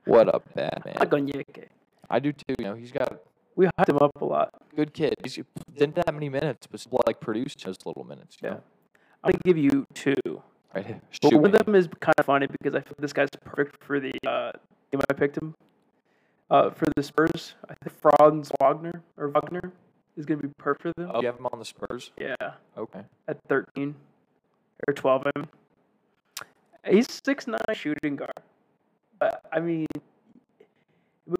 [SPEAKER 1] What up, Batman?
[SPEAKER 2] I Like Onyeke.
[SPEAKER 1] I do too. You know, he's got a
[SPEAKER 2] We hyped him up a lot.
[SPEAKER 1] good kid. He's didn't that many minutes, but still, like produced those little minutes. You
[SPEAKER 2] Yeah.
[SPEAKER 1] Know?
[SPEAKER 2] I'm gonna give you two.
[SPEAKER 1] Right.
[SPEAKER 2] But
[SPEAKER 1] Shoot
[SPEAKER 2] one
[SPEAKER 1] me.
[SPEAKER 2] of them is kind of funny because I feel this guy's perfect for the uh, game I picked him. Uh, for the Spurs, I think Franz Wagner or Wagner is gonna be perfect for them.
[SPEAKER 1] Oh, you have him on the Spurs.
[SPEAKER 2] Yeah,
[SPEAKER 1] Okay.
[SPEAKER 2] at 13 or 12. I mean, he's six nine shooting guard, but I mean,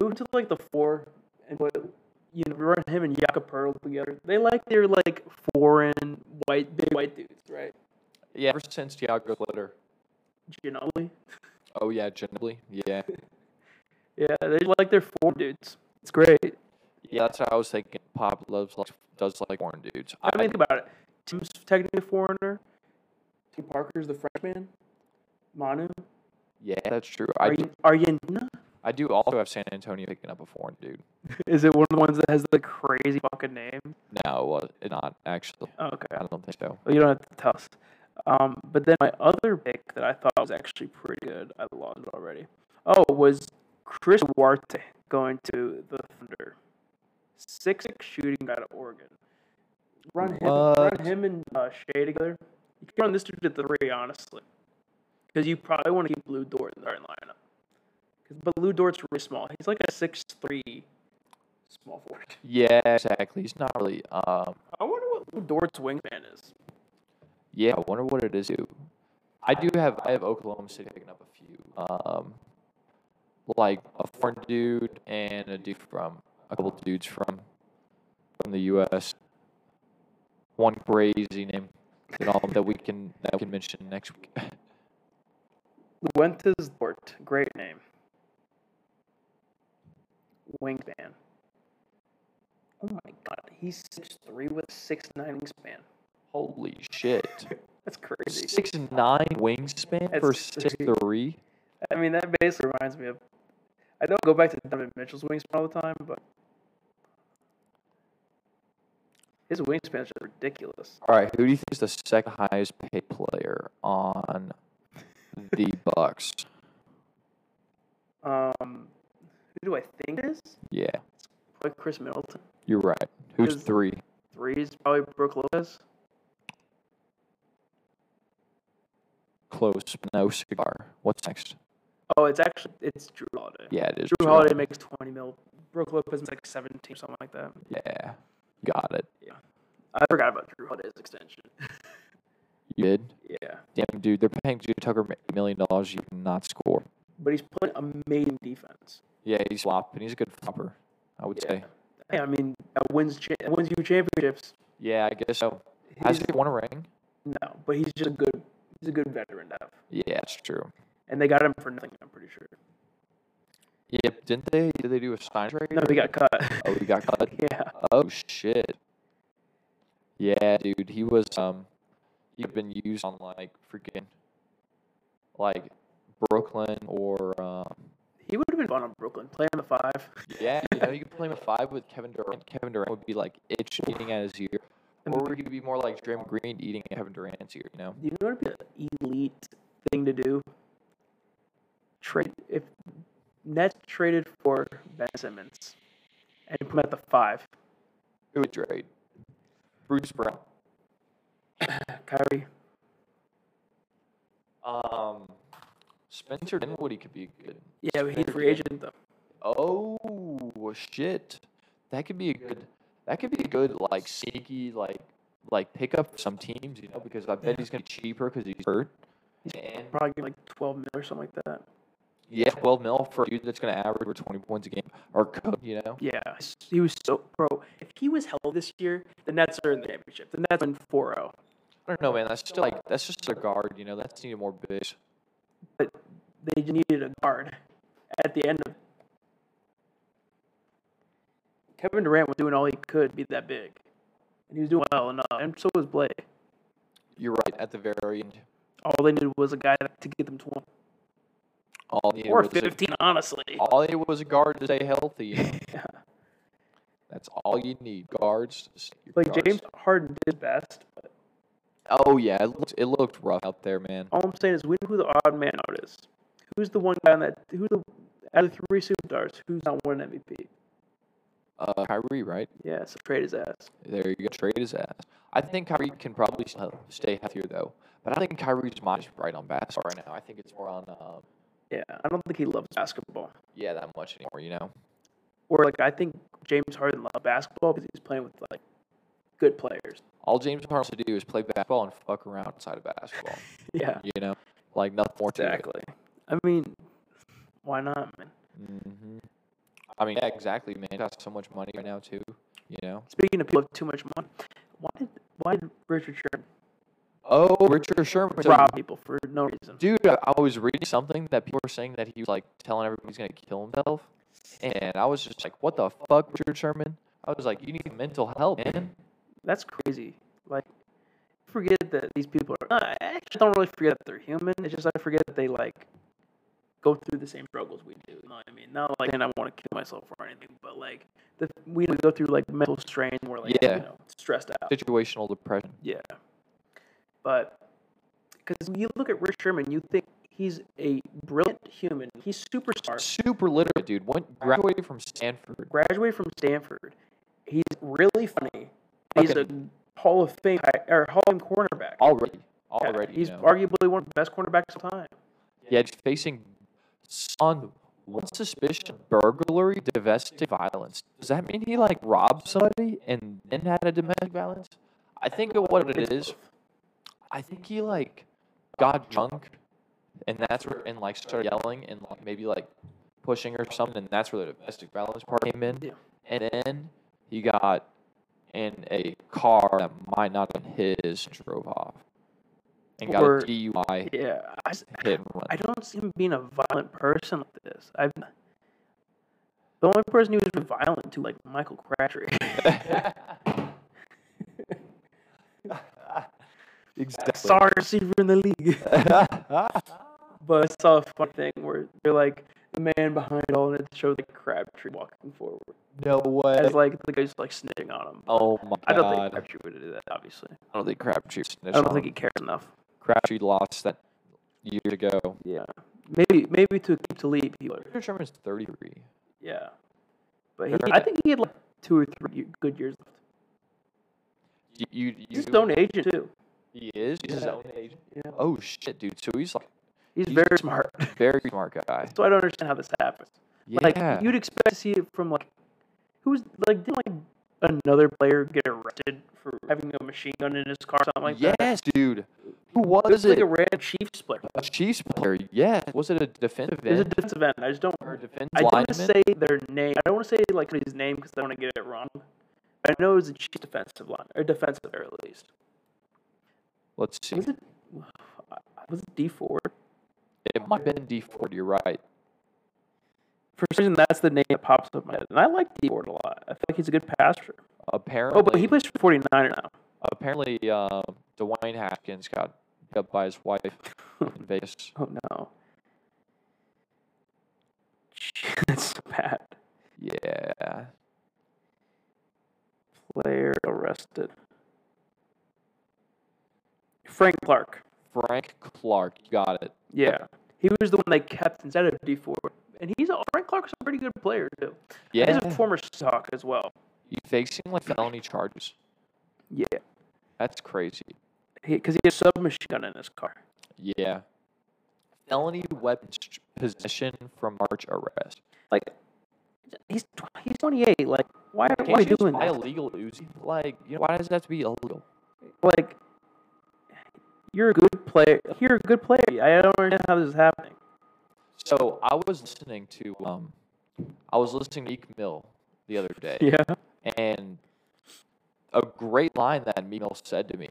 [SPEAKER 2] move to like the four and what you know, run him and Yaka Pearl together. They like their like foreign white big white dudes, right?
[SPEAKER 1] Yeah. Ever since Tiago Glitter.
[SPEAKER 2] Ginobili.
[SPEAKER 1] Oh yeah, Ginobili. Yeah.
[SPEAKER 2] Yeah, they like their foreign dudes. It's great.
[SPEAKER 1] Yeah, that's what I was thinking. Pop loves like does like foreign dudes.
[SPEAKER 2] I mean, think about it. Tim's technically a foreigner. Tim Parker's the Frenchman. Manu.
[SPEAKER 1] Yeah, that's true. I
[SPEAKER 2] Are
[SPEAKER 1] do,
[SPEAKER 2] you, are you not?
[SPEAKER 1] I do also have San Antonio picking up a foreign dude.
[SPEAKER 2] Is it one of the ones that has the crazy fucking name?
[SPEAKER 1] No, well, it's not actually.
[SPEAKER 2] Oh, okay.
[SPEAKER 1] I don't think so.
[SPEAKER 2] Well, you don't have to tell us. Um, but then my other pick that I thought was actually pretty good, I lost it already. Oh, was Chris Duarte going to the Thunder. Six six shooting guy to Oregon. Run him,
[SPEAKER 1] What?
[SPEAKER 2] run him and uh, Shea together. You can run this dude at the three, honestly, because you probably want to keep Lou Dort in the starting lineup. 'Cause- But Lou Dort's really small. He's like a six three small forward.
[SPEAKER 1] Yeah, exactly. He's not really. Um,
[SPEAKER 2] I wonder what Lou Dort's wingspan is.
[SPEAKER 1] yeah, I wonder what it is too. I do have I have Oklahoma City picking up a few, um, like a foreign dude and a dude from a couple dudes from from the U.S. One crazy name that all that we can that we can mention next week.
[SPEAKER 2] Fuentes Dort, great name. Wingspan. Oh my god, he's six three with six nine wingspan.
[SPEAKER 1] Holy shit!
[SPEAKER 2] That's crazy.
[SPEAKER 1] Six nine wingspan
[SPEAKER 2] That's
[SPEAKER 1] for six
[SPEAKER 2] crazy.
[SPEAKER 1] three.
[SPEAKER 2] I mean, that basically reminds me of. I don't go back to Donovan Mitchell's wingspan all the time, but his wingspan is just ridiculous.
[SPEAKER 1] All right, who do you think is the second highest paid player on the Bucks?
[SPEAKER 2] Um, who do I think it is?
[SPEAKER 1] Yeah,
[SPEAKER 2] Probably Chris Middleton.
[SPEAKER 1] you're right. Who's
[SPEAKER 2] Is-
[SPEAKER 1] three?
[SPEAKER 2] Three is probably Brooke Lopez.
[SPEAKER 1] Close, but no cigar. What's next?
[SPEAKER 2] Oh, it's actually it's Drew Holiday.
[SPEAKER 1] Yeah, it is.
[SPEAKER 2] Drew Holiday makes twenty mil. Brooke Lopez is like seventeen, something like that.
[SPEAKER 1] Yeah, got it.
[SPEAKER 2] I forgot about Drew Holiday's extension.
[SPEAKER 1] You did.
[SPEAKER 2] yeah,
[SPEAKER 1] Damn, dude, they're paying Jimmy Tucker ma- a million dollars. You cannot score.
[SPEAKER 2] but he's playing amazing defense.
[SPEAKER 1] Yeah, he's flopping. He's a good flopper, I would
[SPEAKER 2] Yeah.
[SPEAKER 1] say.
[SPEAKER 2] Hey, I mean that wins cha- that wins you championships.
[SPEAKER 1] Yeah, I guess so. Has
[SPEAKER 2] He's-
[SPEAKER 1] he won a ring?
[SPEAKER 2] No, but he's just a good he's a good veteran to have.
[SPEAKER 1] Yeah, it's true.
[SPEAKER 2] And they got him for nothing. I'm pretty sure.
[SPEAKER 1] Yep. Didn't they? Did they do a sign trade?
[SPEAKER 2] No, he got cut.
[SPEAKER 1] Oh, he got cut.
[SPEAKER 2] yeah,
[SPEAKER 1] Oh shit. Yeah, dude, he was um he'd been used on like freaking like Brooklyn or um
[SPEAKER 2] he would have been fun on Brooklyn playing the five.
[SPEAKER 1] yeah, you know, you could play him at five with Kevin Durant. Kevin Durant would be like itch eating at his ear. Or he could be more like Draymond Green eating at Kevin Durant's ear, you know?
[SPEAKER 2] You know what would be an elite thing to do? Trade if Nets traded for Ben Simmons and put him at the five.
[SPEAKER 1] Who would trade? Bruce Brown.
[SPEAKER 2] Kyrie,
[SPEAKER 1] Um Spencer Dinwiddie could be good.
[SPEAKER 2] yeah, but he's a free agent though.
[SPEAKER 1] Oh shit. That could be a good that could be a good like sneaky like like pickup for some teams, you know, because I bet he's gonna be cheaper because he's hurt. And
[SPEAKER 2] Probably give him, like twelve mil or something like that.
[SPEAKER 1] yeah, twelve mil for a dude that's gonna average over twenty points a game or cook, you know.
[SPEAKER 2] Yeah, s- he was so bro. If he was held this year, the Nets are in oh. the championship. The Nets win 4-0.
[SPEAKER 1] I don't know, man. That's still like that's just a guard, you know. That's needed more bigs.
[SPEAKER 2] but they just needed a guard at the end of Kevin Durant was doing all he could to be that big. And he was doing well enough. And so was Blake.
[SPEAKER 1] You're right. At the very end,
[SPEAKER 2] All they needed was a guy to get them 20
[SPEAKER 1] all they needed
[SPEAKER 2] or
[SPEAKER 1] was a,
[SPEAKER 2] 15, honestly.
[SPEAKER 1] all they needed was a guard to stay healthy. You know?
[SPEAKER 2] Yeah.
[SPEAKER 1] That's all you need. Guards. just your
[SPEAKER 2] Like,
[SPEAKER 1] guards.
[SPEAKER 2] James Harden did his best. But
[SPEAKER 1] Oh yeah, it looked it looked rough out there, man.
[SPEAKER 2] all I'm saying is, we know who the odd man out is. Who's the one guy on that? Who's the, out of the three superstars, who's not winning MVP?
[SPEAKER 1] Uh, Kyrie, right?
[SPEAKER 2] Yeah, so trade his ass.
[SPEAKER 1] There you go. Trade his ass. I think Kyrie can probably s- uh, stay healthier though, but I think Kyrie's mind is right on basketball right now. I think it's more on um,
[SPEAKER 2] Yeah, I don't think he loves basketball.
[SPEAKER 1] yeah that much anymore. You know?
[SPEAKER 2] or like I think James Harden loves basketball because he's playing with like good players.
[SPEAKER 1] All James Harden wants to do is play basketball and fuck around inside of basketball.
[SPEAKER 2] Yeah,
[SPEAKER 1] you know, like nothing more
[SPEAKER 2] exactly. I mean, why not, man?
[SPEAKER 1] to it. hmm I mean, yeah, exactly, man. Got so much money right now too. You know?
[SPEAKER 2] Speaking of people with too much money, why did why did Richard Sherman
[SPEAKER 1] Oh, Richard Sherman. so-
[SPEAKER 2] rob people for no reason?
[SPEAKER 1] Dude, I, I was reading something that people were saying that he was like telling everybody he's gonna kill himself, and I was just like, "What the fuck, Richard Sherman?" I was like, "You need mental help, man."
[SPEAKER 2] That's crazy. Like, forget that these people are. I actually don't really forget that they're human. It's just I forget that they like go through the same struggles we do. You know what I mean? Not like, and I want to kill myself or anything, but like, the, we go through like mental strain. We're like,
[SPEAKER 1] Yeah.
[SPEAKER 2] you know, stressed out.
[SPEAKER 1] Situational depression.
[SPEAKER 2] Yeah. But because you look at Rich Sherman, you think he's a brilliant human. He's superstar.
[SPEAKER 1] Super literate, dude. Went graduated from Stanford.
[SPEAKER 2] Graduated from Stanford. He's really funny. He's a Hall of Fame hi- or Hall of Fame cornerback.
[SPEAKER 1] Already,
[SPEAKER 2] Yeah,
[SPEAKER 1] already.
[SPEAKER 2] he's
[SPEAKER 1] you know.
[SPEAKER 2] arguably one of the best cornerbacks of all time.
[SPEAKER 1] Yeah, just facing on one suspicion of burglary, domestic violence. Does that mean he like robbed somebody and then had a domestic violence? I think of what it is. I think he like got drunk, and that's where and like started yelling and like maybe like pushing or something, and that's where the domestic violence part came in.
[SPEAKER 2] Yeah.
[SPEAKER 1] And then he got in a car that might not have been his and drove off, and got
[SPEAKER 2] Or-
[SPEAKER 1] a DUI
[SPEAKER 2] Yeah, I,
[SPEAKER 1] hit and run.
[SPEAKER 2] I don't see him being a violent person like this. I've the only person he was violent to, like Michael Crabtree.
[SPEAKER 1] exactly.
[SPEAKER 2] Sorry, receiver in the league. But I saw a funny thing where they're like the man behind all, and it showed like Crabtree walking forward
[SPEAKER 1] no way.
[SPEAKER 2] as like the guy's like snitching on him.
[SPEAKER 1] oh my god.
[SPEAKER 2] I don't think Crabtree would do that. Obviously,
[SPEAKER 1] I don't think Crabtree.
[SPEAKER 2] I don't think he cares enough.
[SPEAKER 1] Crabtree lost that years ago.
[SPEAKER 2] Yeah, maybe maybe to keep to leave, he would.
[SPEAKER 1] Peter Sherman's 33.
[SPEAKER 2] Yeah, but he, I think he had like two or three ye- good years left.
[SPEAKER 1] You, you, you,
[SPEAKER 2] He's his own agent too.
[SPEAKER 1] He is. He's his
[SPEAKER 2] Yeah.
[SPEAKER 1] own agent.
[SPEAKER 2] Yeah.
[SPEAKER 1] Oh shit, dude. So he's like
[SPEAKER 2] He's
[SPEAKER 1] He's-
[SPEAKER 2] very smart.
[SPEAKER 1] very smart guy.
[SPEAKER 2] so I don't understand how this happens.
[SPEAKER 1] Yeah.
[SPEAKER 2] Like you'd expect to see it from like who's like didn't like another player get arrested for having a machine gun in his car or something like
[SPEAKER 1] yes,
[SPEAKER 2] that.
[SPEAKER 1] dude. Who
[SPEAKER 2] It was
[SPEAKER 1] was
[SPEAKER 2] like
[SPEAKER 1] it?
[SPEAKER 2] a random Chiefs player.
[SPEAKER 1] a Chiefs player. Yes. Was it a defensive
[SPEAKER 2] It was a
[SPEAKER 1] end
[SPEAKER 2] defensive end. I just don't.
[SPEAKER 1] or a defense
[SPEAKER 2] I don't want to
[SPEAKER 1] lineman?
[SPEAKER 2] say their name. I don't want to say like his name because I don't want to get it wrong. But I know it was a Chiefs defensive line or defensive player at least.
[SPEAKER 1] Let's see.
[SPEAKER 2] Was it? Was it D Ford?
[SPEAKER 1] It might have been D Ford. You're right.
[SPEAKER 2] Oh, For some reason, that's the name that pops up in my head, and I like D Ford a lot. I feel like he's a good passer.
[SPEAKER 1] Apparently.
[SPEAKER 2] Oh, but he plays for 49er now.
[SPEAKER 1] apparently uh, Dwayne Haskins got beat up by his wife in Vegas.
[SPEAKER 2] Oh no. That's so bad.
[SPEAKER 1] Yeah.
[SPEAKER 2] Player arrested. Frank Clark.
[SPEAKER 1] Frank Clark you got it.
[SPEAKER 2] Yeah. He was the one they kept instead of D four. And he's a Frank Clark's a pretty good player too.
[SPEAKER 1] Yeah.
[SPEAKER 2] He's a former Seahawk as well.
[SPEAKER 1] He's facing like felony charges.
[SPEAKER 2] Yeah.
[SPEAKER 1] That's crazy.
[SPEAKER 2] Because he, has a submachine gun in his car.
[SPEAKER 1] Yeah. Felony weapons ch- possession from March arrest.
[SPEAKER 2] Like he's tw- he's twenty eight. Like why, why are
[SPEAKER 1] Can't
[SPEAKER 2] we
[SPEAKER 1] you just
[SPEAKER 2] doing
[SPEAKER 1] buy
[SPEAKER 2] that?
[SPEAKER 1] illegal Uzi? Like, you know, why does it have to be illegal?
[SPEAKER 2] like you're a good player. You're a good player. I don't understand how this is happening.
[SPEAKER 1] So I was listening to um, I was listening to Meek Mill the other day.
[SPEAKER 2] Yeah.
[SPEAKER 1] And a great line that Meek Mill said to me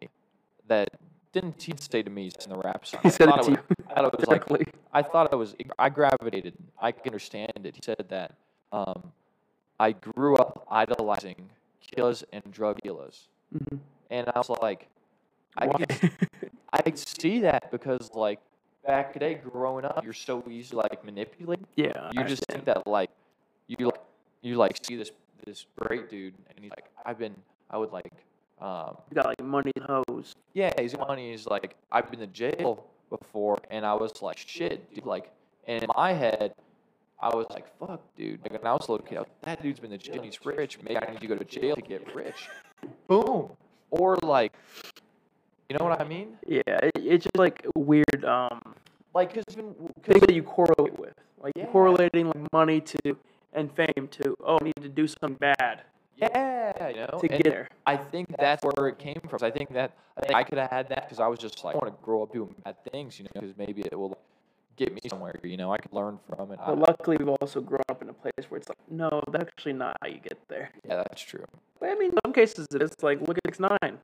[SPEAKER 1] that didn't he say to me in the rap song.
[SPEAKER 2] He
[SPEAKER 1] I
[SPEAKER 2] said it
[SPEAKER 1] thought
[SPEAKER 2] to
[SPEAKER 1] was,
[SPEAKER 2] you,
[SPEAKER 1] I thought it was like
[SPEAKER 2] directly.
[SPEAKER 1] I thought it was I gravitated. I can understand it. He said that um, I grew up idolizing killers and drug dealers,
[SPEAKER 2] Mm-hmm.
[SPEAKER 1] and I was like, I
[SPEAKER 2] Why?
[SPEAKER 1] could, I could see that because like back today growing up, you're so easy like manipulated
[SPEAKER 2] yeah.
[SPEAKER 1] you just think that like you like you like see this this great dude and he's like I've been I would like um
[SPEAKER 2] You got like money and hoes.
[SPEAKER 1] yeah he's money he's like I've been to jail before and I was like shit dude like and in my head I was like fuck dude like when I was a little kid I was like, that dude's been to jail and he's rich maybe I need to go to jail to get rich boom or like you know what I mean
[SPEAKER 2] Yeah, it, it's just like a weird um
[SPEAKER 1] like because even
[SPEAKER 2] thing
[SPEAKER 1] cause,
[SPEAKER 2] that you correlate with, like
[SPEAKER 1] Yeah.
[SPEAKER 2] correlating like money to and fame to. Oh, I need to do something bad
[SPEAKER 1] yeah you know
[SPEAKER 2] to
[SPEAKER 1] and-
[SPEAKER 2] get there.
[SPEAKER 1] I think that's where it came from. I think that I, think I could have had that because I was just like, I want to grow up doing bad things, you know, because maybe it will get me somewhere. You know, I could learn from it. I,
[SPEAKER 2] But luckily, we've also grown up in a place where it's like, no, that's actually not how you get there.
[SPEAKER 1] yeah, that's true.
[SPEAKER 2] But I mean, in some cases, it's like, look at X Nine.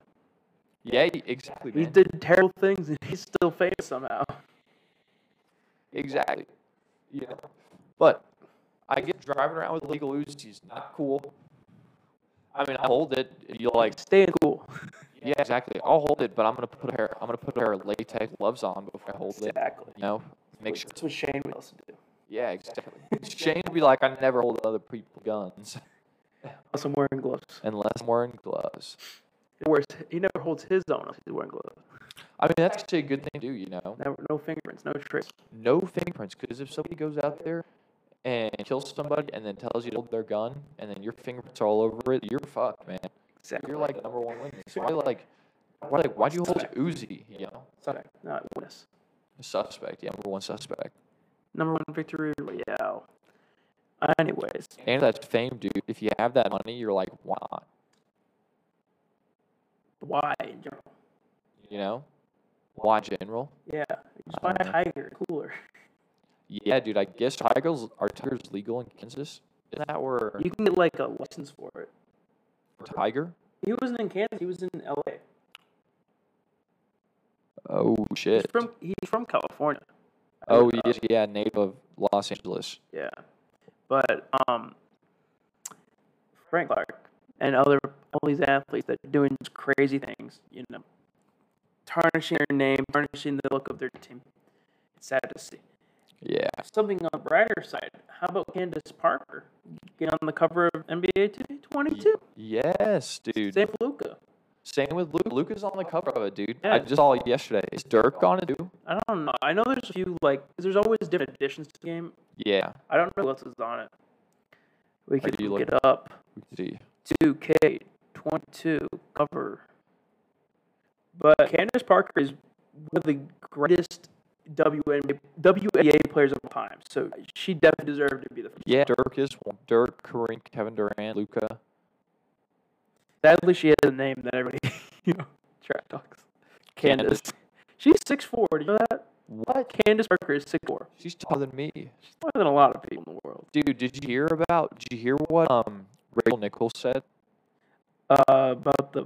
[SPEAKER 1] Yeah, e- exactly.
[SPEAKER 2] He
[SPEAKER 1] man.
[SPEAKER 2] did terrible things, and he's still famous somehow.
[SPEAKER 1] Exactly. You know, but I get driving around with legal Uzis, not cool. I mean, I hold it. You like,
[SPEAKER 2] Staying cool.
[SPEAKER 1] yeah, exactly. I'll hold it, but I'm gonna put a pair. I'm gonna put a pair of latex gloves on before I hold it.
[SPEAKER 2] Exactly.
[SPEAKER 1] You know, make sure
[SPEAKER 2] That's what Shane would also do.
[SPEAKER 1] Yeah, exactly. Shane would be like, I never hold other people guns
[SPEAKER 2] Unless I'm wearing gloves.
[SPEAKER 1] unless I'm wearing gloves.
[SPEAKER 2] He wears. He never holds his own. Unless he's wearing gloves.
[SPEAKER 1] I mean, that's actually a good thing to do, you know?
[SPEAKER 2] Never, no fingerprints. No trace.
[SPEAKER 1] No fingerprints, because if somebody goes out there and kills somebody and then tells you to hold their gun and then your fingerprints are all over it, you're fucked, man.
[SPEAKER 2] Exactly.
[SPEAKER 1] You're like the number one witness. Why, like, why, like, why'd you hold Uzi, you know?
[SPEAKER 2] Suspect, not witness.
[SPEAKER 1] Suspect, yeah, number one suspect.
[SPEAKER 2] Number one victory royale. Anyways,
[SPEAKER 1] And that's fame, dude. If you have that money, you're like, why not?
[SPEAKER 2] why in general?
[SPEAKER 1] You know? Why general?
[SPEAKER 2] Yeah, just buy a
[SPEAKER 1] Uh,
[SPEAKER 2] tiger cooler.
[SPEAKER 1] Yeah, dude, I guess tigers are tigers legal in Kansas? Isn't that where
[SPEAKER 2] You can get like a license for it.
[SPEAKER 1] tiger?
[SPEAKER 2] He wasn't in Kansas. He was in L.A.
[SPEAKER 1] Oh
[SPEAKER 2] He's
[SPEAKER 1] shit.
[SPEAKER 2] from he's from California.
[SPEAKER 1] Oh he is, yeah, native of Los Angeles.
[SPEAKER 2] Yeah, but um, Frank Clark and other all these athletes that are doing just crazy things, you know, tarnishing their name, tarnishing the look of their team. It's sad to see.
[SPEAKER 1] Yeah.
[SPEAKER 2] Something on the brighter side. How about Candace Parker get on the cover of NBA 2K22?
[SPEAKER 1] Yes, dude.
[SPEAKER 2] Save Luca.
[SPEAKER 1] Same with Luke. Luke is on the cover of it, dude.
[SPEAKER 2] Yeah.
[SPEAKER 1] I just saw it yesterday. Is Dirk on it too?
[SPEAKER 2] I don't know. I know there's a few like there's always different additions to the game.
[SPEAKER 1] Yeah.
[SPEAKER 2] I don't know what else is on it. We could
[SPEAKER 1] do you
[SPEAKER 2] look
[SPEAKER 1] look-
[SPEAKER 2] it up.
[SPEAKER 1] We can see.
[SPEAKER 2] 2K22 cover. But Candace Parker is one of the greatest WNBA, WNBA players of all time. So she definitely deserved to be the first.
[SPEAKER 1] Yeah, Dirk is one. Dirk, Kareem, Kevin Durant, Luca.
[SPEAKER 2] Sadly, she has a name that everybody, you know, trash talks. Candace. She's 6'4. Do you know that?
[SPEAKER 1] What?
[SPEAKER 2] Candace Parker is 6'4.
[SPEAKER 1] She's taller than me.
[SPEAKER 2] She's more than a lot of people in the world.
[SPEAKER 1] Dude, did you hear about did you hear what um Rachel Nichols said?
[SPEAKER 2] Uh, about the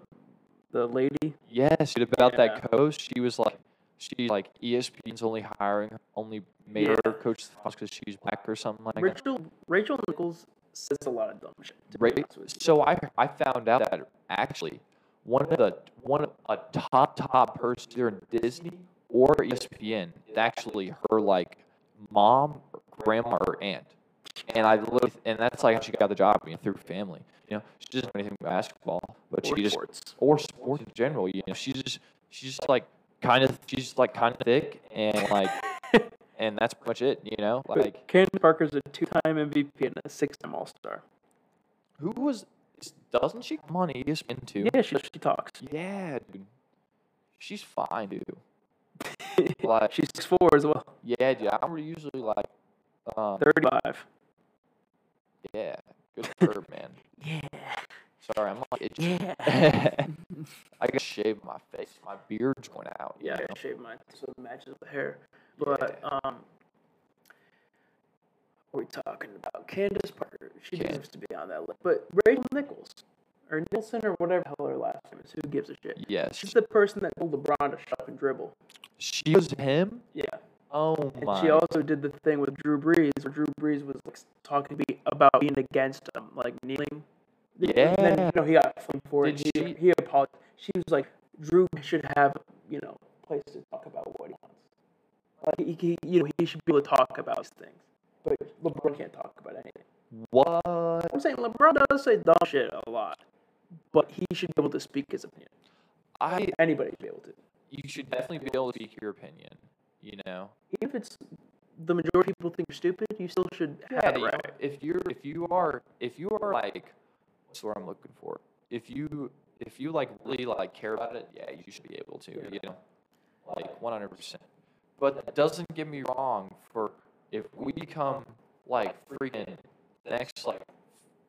[SPEAKER 2] the lady.
[SPEAKER 1] Yes, dude, about
[SPEAKER 2] Yeah.
[SPEAKER 1] that coach, she was like, she's like, E ESPN's only hiring, her- only made
[SPEAKER 2] Yeah.
[SPEAKER 1] her coach the because she's black or something like that.
[SPEAKER 2] Rachel Rachel Nichols says a lot of dumb shit. to be
[SPEAKER 1] Right?
[SPEAKER 2] honest with you.
[SPEAKER 1] So I I found out that actually one of the one of a top top person either in Disney or E ESPN is actually her like mom, or grandma, or aunt. And I literally, and that's like how she got the job, you know, through family. You know, she doesn't know anything about basketball, but
[SPEAKER 2] Or
[SPEAKER 1] she just
[SPEAKER 2] sports.
[SPEAKER 1] or sports in general. You know, she's just she's just like kind of she's just, like kind of thick and like and that's pretty much it. You know, like
[SPEAKER 2] But Candace Parker's a two-time MVP and a six-time All-Star.
[SPEAKER 1] who was doesn't she come on E ESPN too?
[SPEAKER 2] Yeah, she, she talks.
[SPEAKER 1] Yeah, dude, she's fine, dude. Like-
[SPEAKER 2] She's six four as well.
[SPEAKER 1] Yeah, dude, I'm usually like, um,
[SPEAKER 2] Thirty-five.
[SPEAKER 1] yeah, good for her, man.
[SPEAKER 2] Yeah.
[SPEAKER 1] Sorry, I'm like itchy.
[SPEAKER 2] Yeah.
[SPEAKER 1] I gotta shave my face. My beard's going out. you
[SPEAKER 2] Yeah,
[SPEAKER 1] know?
[SPEAKER 2] I shave mine so it matches the hair. But um, we're talking about Candace Parker. She
[SPEAKER 1] Can-
[SPEAKER 2] deserves to be on that list. But Rachel Nichols, or Nicholson, or whatever the hell her last name is. Who gives a shit?
[SPEAKER 1] Yes,
[SPEAKER 2] She's the person that told LeBron to shut up and dribble.
[SPEAKER 1] she was him.
[SPEAKER 2] Yeah.
[SPEAKER 1] Oh
[SPEAKER 2] And
[SPEAKER 1] my
[SPEAKER 2] she also did the thing with Drew Brees, where Drew Brees was like talking be- about being against um, like kneeling. And then
[SPEAKER 1] Yeah.
[SPEAKER 2] you know he got flamed for it.
[SPEAKER 1] Did
[SPEAKER 2] He,
[SPEAKER 1] she-
[SPEAKER 2] he apologized. She was like, Drew should have you know a place to talk about what he wants. Like he, he you know he should be able to talk about these things, but LeBron can't talk about anything.
[SPEAKER 1] what?
[SPEAKER 2] I'm saying LeBron does say dumb shit a lot, but he should be able to speak his opinion.
[SPEAKER 1] I
[SPEAKER 2] Anybody should be able to,
[SPEAKER 1] you should definitely be able to speak your opinion. You know,
[SPEAKER 2] even if it's the majority of people think you're stupid. You still should have
[SPEAKER 1] you
[SPEAKER 2] it
[SPEAKER 1] know,
[SPEAKER 2] right.
[SPEAKER 1] if you're if you are if you are like what's the word I'm looking for? If you if you like really like care about it, yeah, you should be able to. You know, like 100. percent But that doesn't get me wrong. For if we become like freaking the next like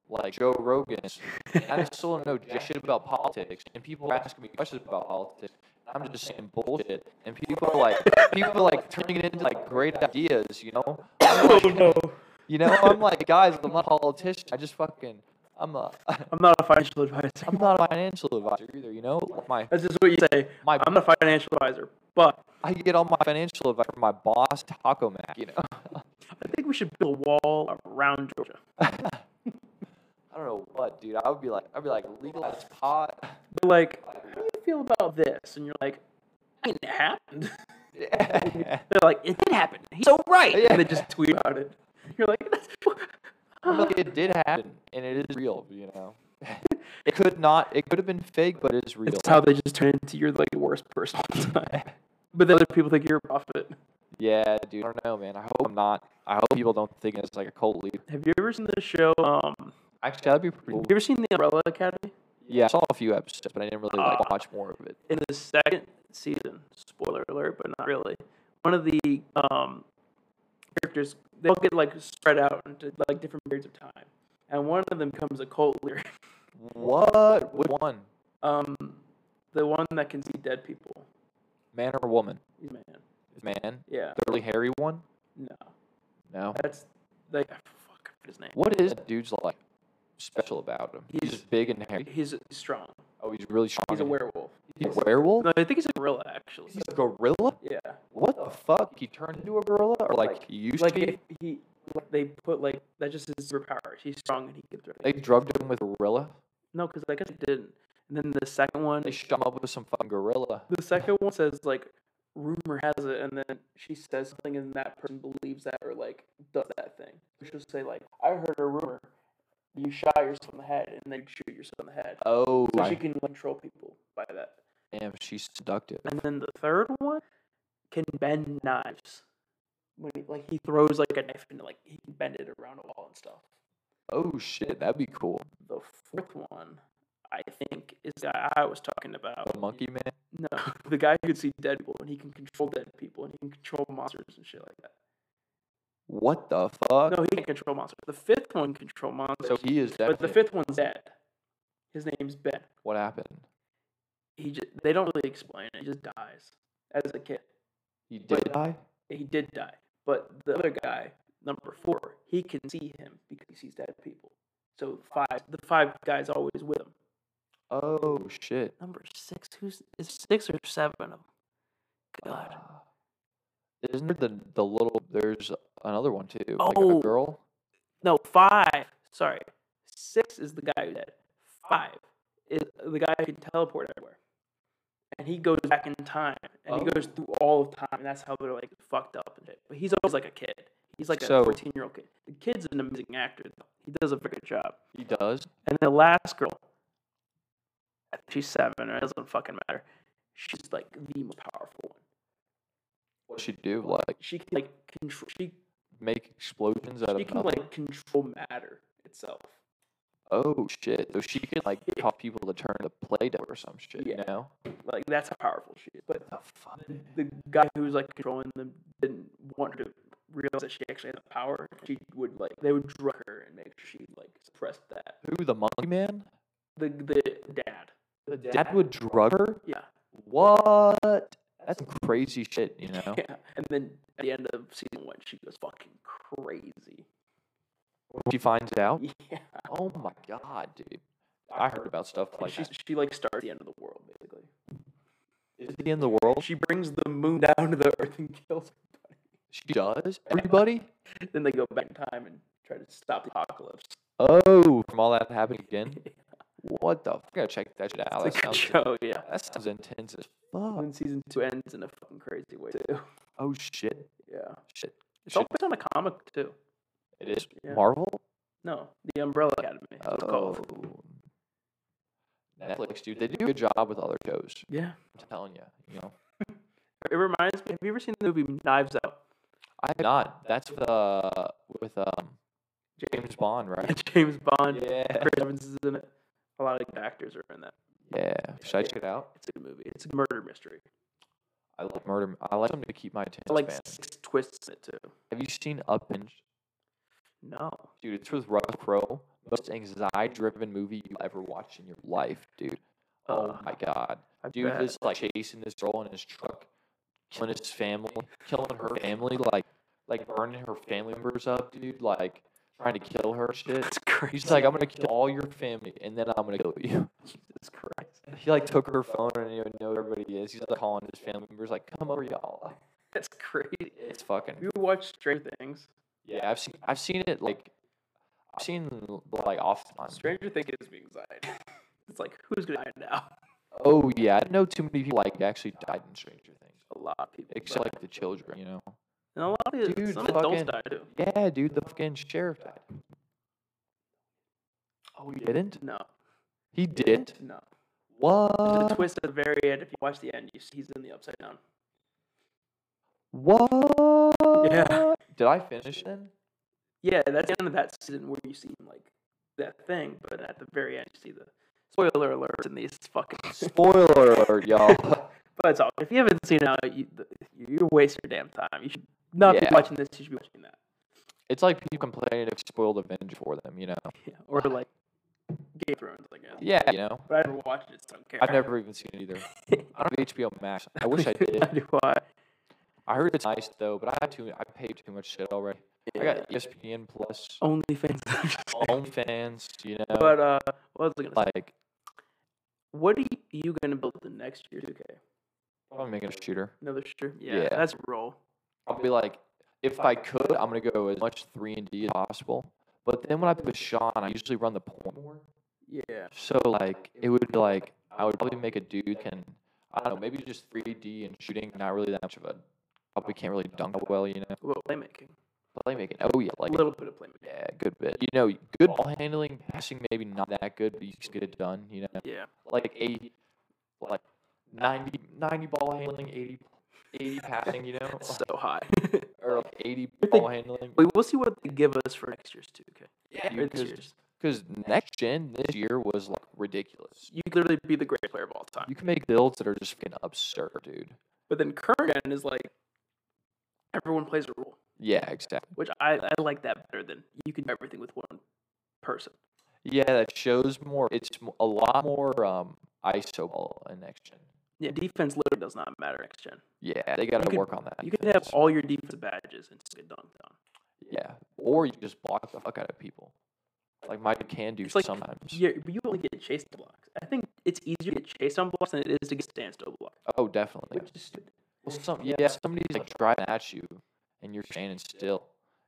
[SPEAKER 1] like Joe Rogan's, and I still don't know jack shit about politics, and people are asking me questions about politics. and I'm just saying bullshit, and people are like, people are like turning it into like great ideas, you know? I'm
[SPEAKER 2] Oh,
[SPEAKER 1] like- you know, I'm like, guys, I'm not a politician. I just fucking, I'm a,
[SPEAKER 2] I'm not a financial advisor.
[SPEAKER 1] I'm not a financial advisor either. You know, Like my,
[SPEAKER 2] That's just what you say.
[SPEAKER 1] My-
[SPEAKER 2] I'm not a financial advisor, but
[SPEAKER 1] I get all my financial advice from my boss, Taco Mac. You know,
[SPEAKER 2] I think we should build a wall around Georgia.
[SPEAKER 1] I don't know what, dude. I would be like, I'd be like, legalize pot.
[SPEAKER 2] They're like, how do you feel about this? And you're like, I mean, it happened.
[SPEAKER 1] Yeah.
[SPEAKER 2] They're like, it did happen. He's so right. And they just tweet about it. You're like,
[SPEAKER 1] I'm like, it did happen, and it is real. You know, it could not. It could have been fake, but it's real.
[SPEAKER 2] It's how they just turn into you're like the worst person all the time. But then other people think you're a prophet.
[SPEAKER 1] yeah, dude. I don't know, man. I hope I'm not. I hope people don't think it's like a cult lead.
[SPEAKER 2] Have you ever seen the show? Um,
[SPEAKER 1] Actually, that'd be pretty.
[SPEAKER 2] have
[SPEAKER 1] Cool.
[SPEAKER 2] you ever seen the Umbrella Academy?
[SPEAKER 1] Yeah, I saw a few episodes, but I didn't really like
[SPEAKER 2] Ah.
[SPEAKER 1] watch more of it.
[SPEAKER 2] In the second season, spoiler alert, but not really. One of the um characters they all get like spread out into like different periods of time, and one of them becomes a cult leader.
[SPEAKER 1] What? Which one?
[SPEAKER 2] Um, the one that can see dead people.
[SPEAKER 1] Man or woman?
[SPEAKER 2] He's a man.
[SPEAKER 1] Man.
[SPEAKER 2] Yeah.
[SPEAKER 1] The really hairy one?
[SPEAKER 2] No.
[SPEAKER 1] No.
[SPEAKER 2] That's like I fuck I forget his name.
[SPEAKER 1] What is that dude's like special about him? He's,
[SPEAKER 2] He's-
[SPEAKER 1] just big and hairy.
[SPEAKER 2] He's he's strong.
[SPEAKER 1] Oh, he's really strong.
[SPEAKER 2] He's a
[SPEAKER 1] and-
[SPEAKER 2] werewolf.
[SPEAKER 1] He's
[SPEAKER 2] He's-
[SPEAKER 1] a werewolf?
[SPEAKER 2] No, I think he's a gorilla actually.
[SPEAKER 1] He's a gorilla?
[SPEAKER 2] Yeah.
[SPEAKER 1] What the fuck? He turned into a gorilla? Or like,
[SPEAKER 2] Like-
[SPEAKER 1] he used
[SPEAKER 2] Like
[SPEAKER 1] to be?
[SPEAKER 2] if he like they put like that just his superpower. He's strong and he can throw.
[SPEAKER 1] They drugged him with gorilla.
[SPEAKER 2] No, because I guess they didn't. And then the second one,
[SPEAKER 1] They shot him up with some fucking gorilla.
[SPEAKER 2] the second one says like, rumor has it, and then she says something, and that person believes that or like does that thing. She'll say like, I heard a rumor, you shot yourself in the head, and then you shoot yourself in the head.
[SPEAKER 1] Oh,
[SPEAKER 2] So
[SPEAKER 1] I-
[SPEAKER 2] she can control people by that.
[SPEAKER 1] damn, she's seductive.
[SPEAKER 2] And then the third one can bend knives. When he, like he throws like a knife and like he can bend it around a wall and stuff.
[SPEAKER 1] Oh shit, that'd be cool.
[SPEAKER 2] The fourth one, I think, is the guy I was talking about.
[SPEAKER 1] The monkey man?
[SPEAKER 2] No, the guy who can see dead people and he can control dead people and he can control monsters and shit like that.
[SPEAKER 1] What the fuck?
[SPEAKER 2] No, he can't control monsters. The fifth one can control monsters,
[SPEAKER 1] Uh, so he is
[SPEAKER 2] but the
[SPEAKER 1] definitely.
[SPEAKER 2] fifth one's dead. His name's Ben.
[SPEAKER 1] What happened?
[SPEAKER 2] He just, they don't really explain it. He just dies as a kid.
[SPEAKER 1] He did
[SPEAKER 2] But-
[SPEAKER 1] die?
[SPEAKER 2] he did die. But the other guy, number four, he can see him because he sees dead people. So five, the five guys always with him.
[SPEAKER 1] Oh shit.
[SPEAKER 2] Number six, who's is six or seven of them? God,
[SPEAKER 1] Uh, Isn't there the the little? There's another one too. like
[SPEAKER 2] Oh.
[SPEAKER 1] a girl.
[SPEAKER 2] no, five. Sorry, six is the guy who died. Five is the guy who can teleport everywhere, and he goes back in time, and
[SPEAKER 1] Oh.
[SPEAKER 2] he goes through all of time, and that's how they're like fucked up and shit. But he's always like a kid. He's like a
[SPEAKER 1] So-
[SPEAKER 2] fourteen-year-old kid. The kid's an amazing actor. Though. He does a very good job.
[SPEAKER 1] He does.
[SPEAKER 2] And the last girl, I think she's seven, or it doesn't fucking matter. She's like the most powerful one.
[SPEAKER 1] What she do? Like
[SPEAKER 2] She can like control. She,
[SPEAKER 1] make explosions out
[SPEAKER 2] she
[SPEAKER 1] of
[SPEAKER 2] can
[SPEAKER 1] nothing.
[SPEAKER 2] like control matter itself.
[SPEAKER 1] oh shit. So she could like talk people to turn to play doh or some shit.
[SPEAKER 2] Yeah.
[SPEAKER 1] You know.
[SPEAKER 2] Like that's how powerful she is. But
[SPEAKER 1] The fuck.
[SPEAKER 2] the guy who was like controlling them didn't want her to realize that she actually had the power. She would like they would drug her and make sure she like suppressed that.
[SPEAKER 1] Who the monkey man?
[SPEAKER 2] The the dad. The
[SPEAKER 1] Dad would drug her.
[SPEAKER 2] Yeah.
[SPEAKER 1] What? That's some crazy shit. You know.
[SPEAKER 2] Yeah. And then at the end of season one, she goes fucking crazy.
[SPEAKER 1] When she finds out.
[SPEAKER 2] Yeah.
[SPEAKER 1] Oh my god, dude. I heard about stuff
[SPEAKER 2] And
[SPEAKER 1] like
[SPEAKER 2] she
[SPEAKER 1] that.
[SPEAKER 2] she like starts the end of the world basically.
[SPEAKER 1] Is it the end of the world?
[SPEAKER 2] She brings the moon down to the earth and kills.
[SPEAKER 1] She does. Everybody.
[SPEAKER 2] everybody. Then they go back in time and try to stop the apocalypse.
[SPEAKER 1] Oh, from all that happening again. What the? Fuck? I gotta check that shit out. That
[SPEAKER 2] It's a Mm-hmm.
[SPEAKER 1] sounds,
[SPEAKER 2] good show, yeah.
[SPEAKER 1] that sounds intense as fuck.
[SPEAKER 2] And season two ends in a fucking crazy way too.
[SPEAKER 1] Oh shit,
[SPEAKER 2] Yeah,
[SPEAKER 1] shit.
[SPEAKER 2] it's all
[SPEAKER 1] shit.
[SPEAKER 2] based on a comic too.
[SPEAKER 1] It is
[SPEAKER 2] yeah.
[SPEAKER 1] Marvel.
[SPEAKER 2] No, the Umbrella Academy. is what it's
[SPEAKER 1] Oh.
[SPEAKER 2] called.
[SPEAKER 1] Netflix, dude. They do a good job with all their shows.
[SPEAKER 2] Yeah,
[SPEAKER 1] I'm telling you. You know,
[SPEAKER 2] it reminds me. Have you ever seen the movie Knives Out?
[SPEAKER 1] I have not. That's with uh with um James Bond, right?
[SPEAKER 2] James Bond.
[SPEAKER 1] Yeah.
[SPEAKER 2] Chris Evans is in it. A lot of good actors are in that.
[SPEAKER 1] Yeah. Should I check it out?
[SPEAKER 2] It's a good movie. It's a murder mystery.
[SPEAKER 1] I like murder. I like something to keep my
[SPEAKER 2] I
[SPEAKER 1] attention
[SPEAKER 2] like
[SPEAKER 1] span.
[SPEAKER 2] six twists in it too.
[SPEAKER 1] Have you seen Upinge?
[SPEAKER 2] No,
[SPEAKER 1] Dude, it's with Russell Crowe. Most anxiety-driven movie you ever watched in your life, dude. Oh
[SPEAKER 2] Uh,
[SPEAKER 1] my god.
[SPEAKER 2] I
[SPEAKER 1] Dude
[SPEAKER 2] bet.
[SPEAKER 1] is like chasing this girl in his truck, killing his family, killing her family, like like burning her family members up, dude, like trying to kill her and shit.
[SPEAKER 2] That's crazy.
[SPEAKER 1] He's like, I'm gonna kill all your family and then I'm gonna kill you.
[SPEAKER 2] Jesus Christ.
[SPEAKER 1] He like took her phone and he didn't know where everybody is. He's like calling his family members, like, come over y'all.
[SPEAKER 2] That's crazy.
[SPEAKER 1] It's fucking
[SPEAKER 2] You watch Stranger Things.
[SPEAKER 1] Yeah, I've seen I've seen it like I've seen like off and on.
[SPEAKER 2] Stranger Things gives me anxiety. It's like who's gonna die now?
[SPEAKER 1] Oh yeah, I know too many people like actually died in Stranger Things.
[SPEAKER 2] A lot of people.
[SPEAKER 1] Except
[SPEAKER 2] die.
[SPEAKER 1] like the children, you know.
[SPEAKER 2] And a lot of
[SPEAKER 1] Dude,
[SPEAKER 2] some
[SPEAKER 1] fucking-
[SPEAKER 2] adults die too.
[SPEAKER 1] Yeah, dude, the fucking sheriff died.
[SPEAKER 2] Oh, you
[SPEAKER 1] Didn't
[SPEAKER 2] No,
[SPEAKER 1] he? Didn't
[SPEAKER 2] no. There's a
[SPEAKER 1] what?
[SPEAKER 2] twist at the very end. If you watch the end, you see he's in the upside down.
[SPEAKER 1] What? Did I finish then?
[SPEAKER 2] Yeah, that's the end of that season where you see him like that thing, but at the very end you see the spoiler alert in these fucking.
[SPEAKER 1] Spoiler alert, y'all.
[SPEAKER 2] but it's all. If you haven't seen it, now, you, the- you're wasting your damn time. You should not be
[SPEAKER 1] Yeah.
[SPEAKER 2] watching this. You should be watching that.
[SPEAKER 1] it's like people complaining if you spoiled Avenger for them, you know?
[SPEAKER 2] Yeah, or like Game of Thrones, I guess.
[SPEAKER 1] Yeah, you know.
[SPEAKER 2] But I never watched it, so I don't care.
[SPEAKER 1] I've never even seen it either. I don't have HBO Max. I wish I did.
[SPEAKER 2] Neither do I.
[SPEAKER 1] I heard it's nice though, but I have too. I paid too much shit already. I got E ESPN Plus,
[SPEAKER 2] OnlyFans.
[SPEAKER 1] OnlyFans, you know,
[SPEAKER 2] Oh, but uh, what was I gonna say?
[SPEAKER 1] like
[SPEAKER 2] What are you, you gonna build the next year? Okay,
[SPEAKER 1] I'm making a shooter.
[SPEAKER 2] another sure. Yeah,
[SPEAKER 1] Yeah.
[SPEAKER 2] that's a roll.
[SPEAKER 1] I'll be like, if I could, I'm gonna go as much three and D as possible. But then when I play with Sean, I usually run the point more.
[SPEAKER 2] Yeah,
[SPEAKER 1] So like, it would be like I would probably make a dude can I don't know maybe just three D and shooting, not really that much of a. Probably can't really dunk that well, you know.
[SPEAKER 2] what about playmaking?
[SPEAKER 1] Playmaking, oh yeah,
[SPEAKER 2] A
[SPEAKER 1] like
[SPEAKER 2] little bit of playmaking.
[SPEAKER 1] yeah, good bit. You know, good ball handling, passing maybe not that good, but you can get it done. You know,
[SPEAKER 2] Yeah,
[SPEAKER 1] like eighty, like 90, 90 ball handling, 80, 80 passing. You know,
[SPEAKER 2] so high.
[SPEAKER 1] or like eighty
[SPEAKER 2] If they-
[SPEAKER 1] ball handling.
[SPEAKER 2] Oh. we will see what they give us for next year's too. Okay,
[SPEAKER 1] Yeah,
[SPEAKER 2] Or this
[SPEAKER 1] because
[SPEAKER 2] year's.
[SPEAKER 1] next gen this year was like ridiculous.
[SPEAKER 2] you could literally be the greatest player of all time.
[SPEAKER 1] You can make builds that are just fucking absurd, dude.
[SPEAKER 2] But then current gen is like everyone plays a role,
[SPEAKER 1] Yeah, exactly.
[SPEAKER 2] which I, I like that better than you can do everything with one person.
[SPEAKER 1] Yeah, that shows more. It's m- a lot more um ISO ball in next gen.
[SPEAKER 2] Yeah, defense literally does not matter next gen.
[SPEAKER 1] Yeah, they got to
[SPEAKER 2] could-
[SPEAKER 1] work on that.
[SPEAKER 2] You could have
[SPEAKER 1] defense.
[SPEAKER 2] all your defensive badges and still get dunked on.
[SPEAKER 1] Yeah, or you just block the fuck out of people. Like my dude can do
[SPEAKER 2] It's like-
[SPEAKER 1] sometimes.
[SPEAKER 2] Yeah, but you only get chased on blocks. I think it's easier to get chased on blocks than it is to get standstill block.
[SPEAKER 1] Oh, definitely.
[SPEAKER 2] Which is stupid.
[SPEAKER 1] Well, some yeah, somebody's like driving at you, and you're standing still,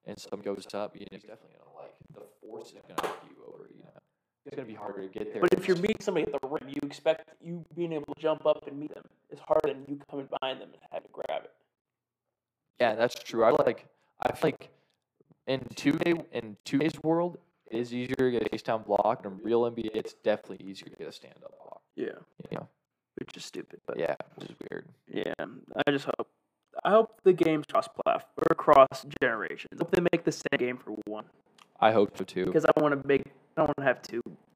[SPEAKER 1] and somebody goes up. You know, it's definitely gonna like the force is gonna knock you over. You know, it's gonna be harder to get there.
[SPEAKER 2] But if
[SPEAKER 1] than
[SPEAKER 2] you're
[SPEAKER 1] just-
[SPEAKER 2] meeting somebody at the rim, you expect you being able to jump up and meet them is harder than you coming behind them and having to grab it.
[SPEAKER 1] Yeah, that's true. I like. I feel like in two day in two days world, it is easier to get a down block. In real NBA, it's definitely easier to get a stand up block.
[SPEAKER 2] Yeah,
[SPEAKER 1] You know,
[SPEAKER 2] which is stupid. But
[SPEAKER 1] yeah, which is weird.
[SPEAKER 2] yeah, I just hope I hope the games cross platform or cross generations. I hope they make the same game for one
[SPEAKER 1] I hope so too.
[SPEAKER 2] because I want to make I don't want to have two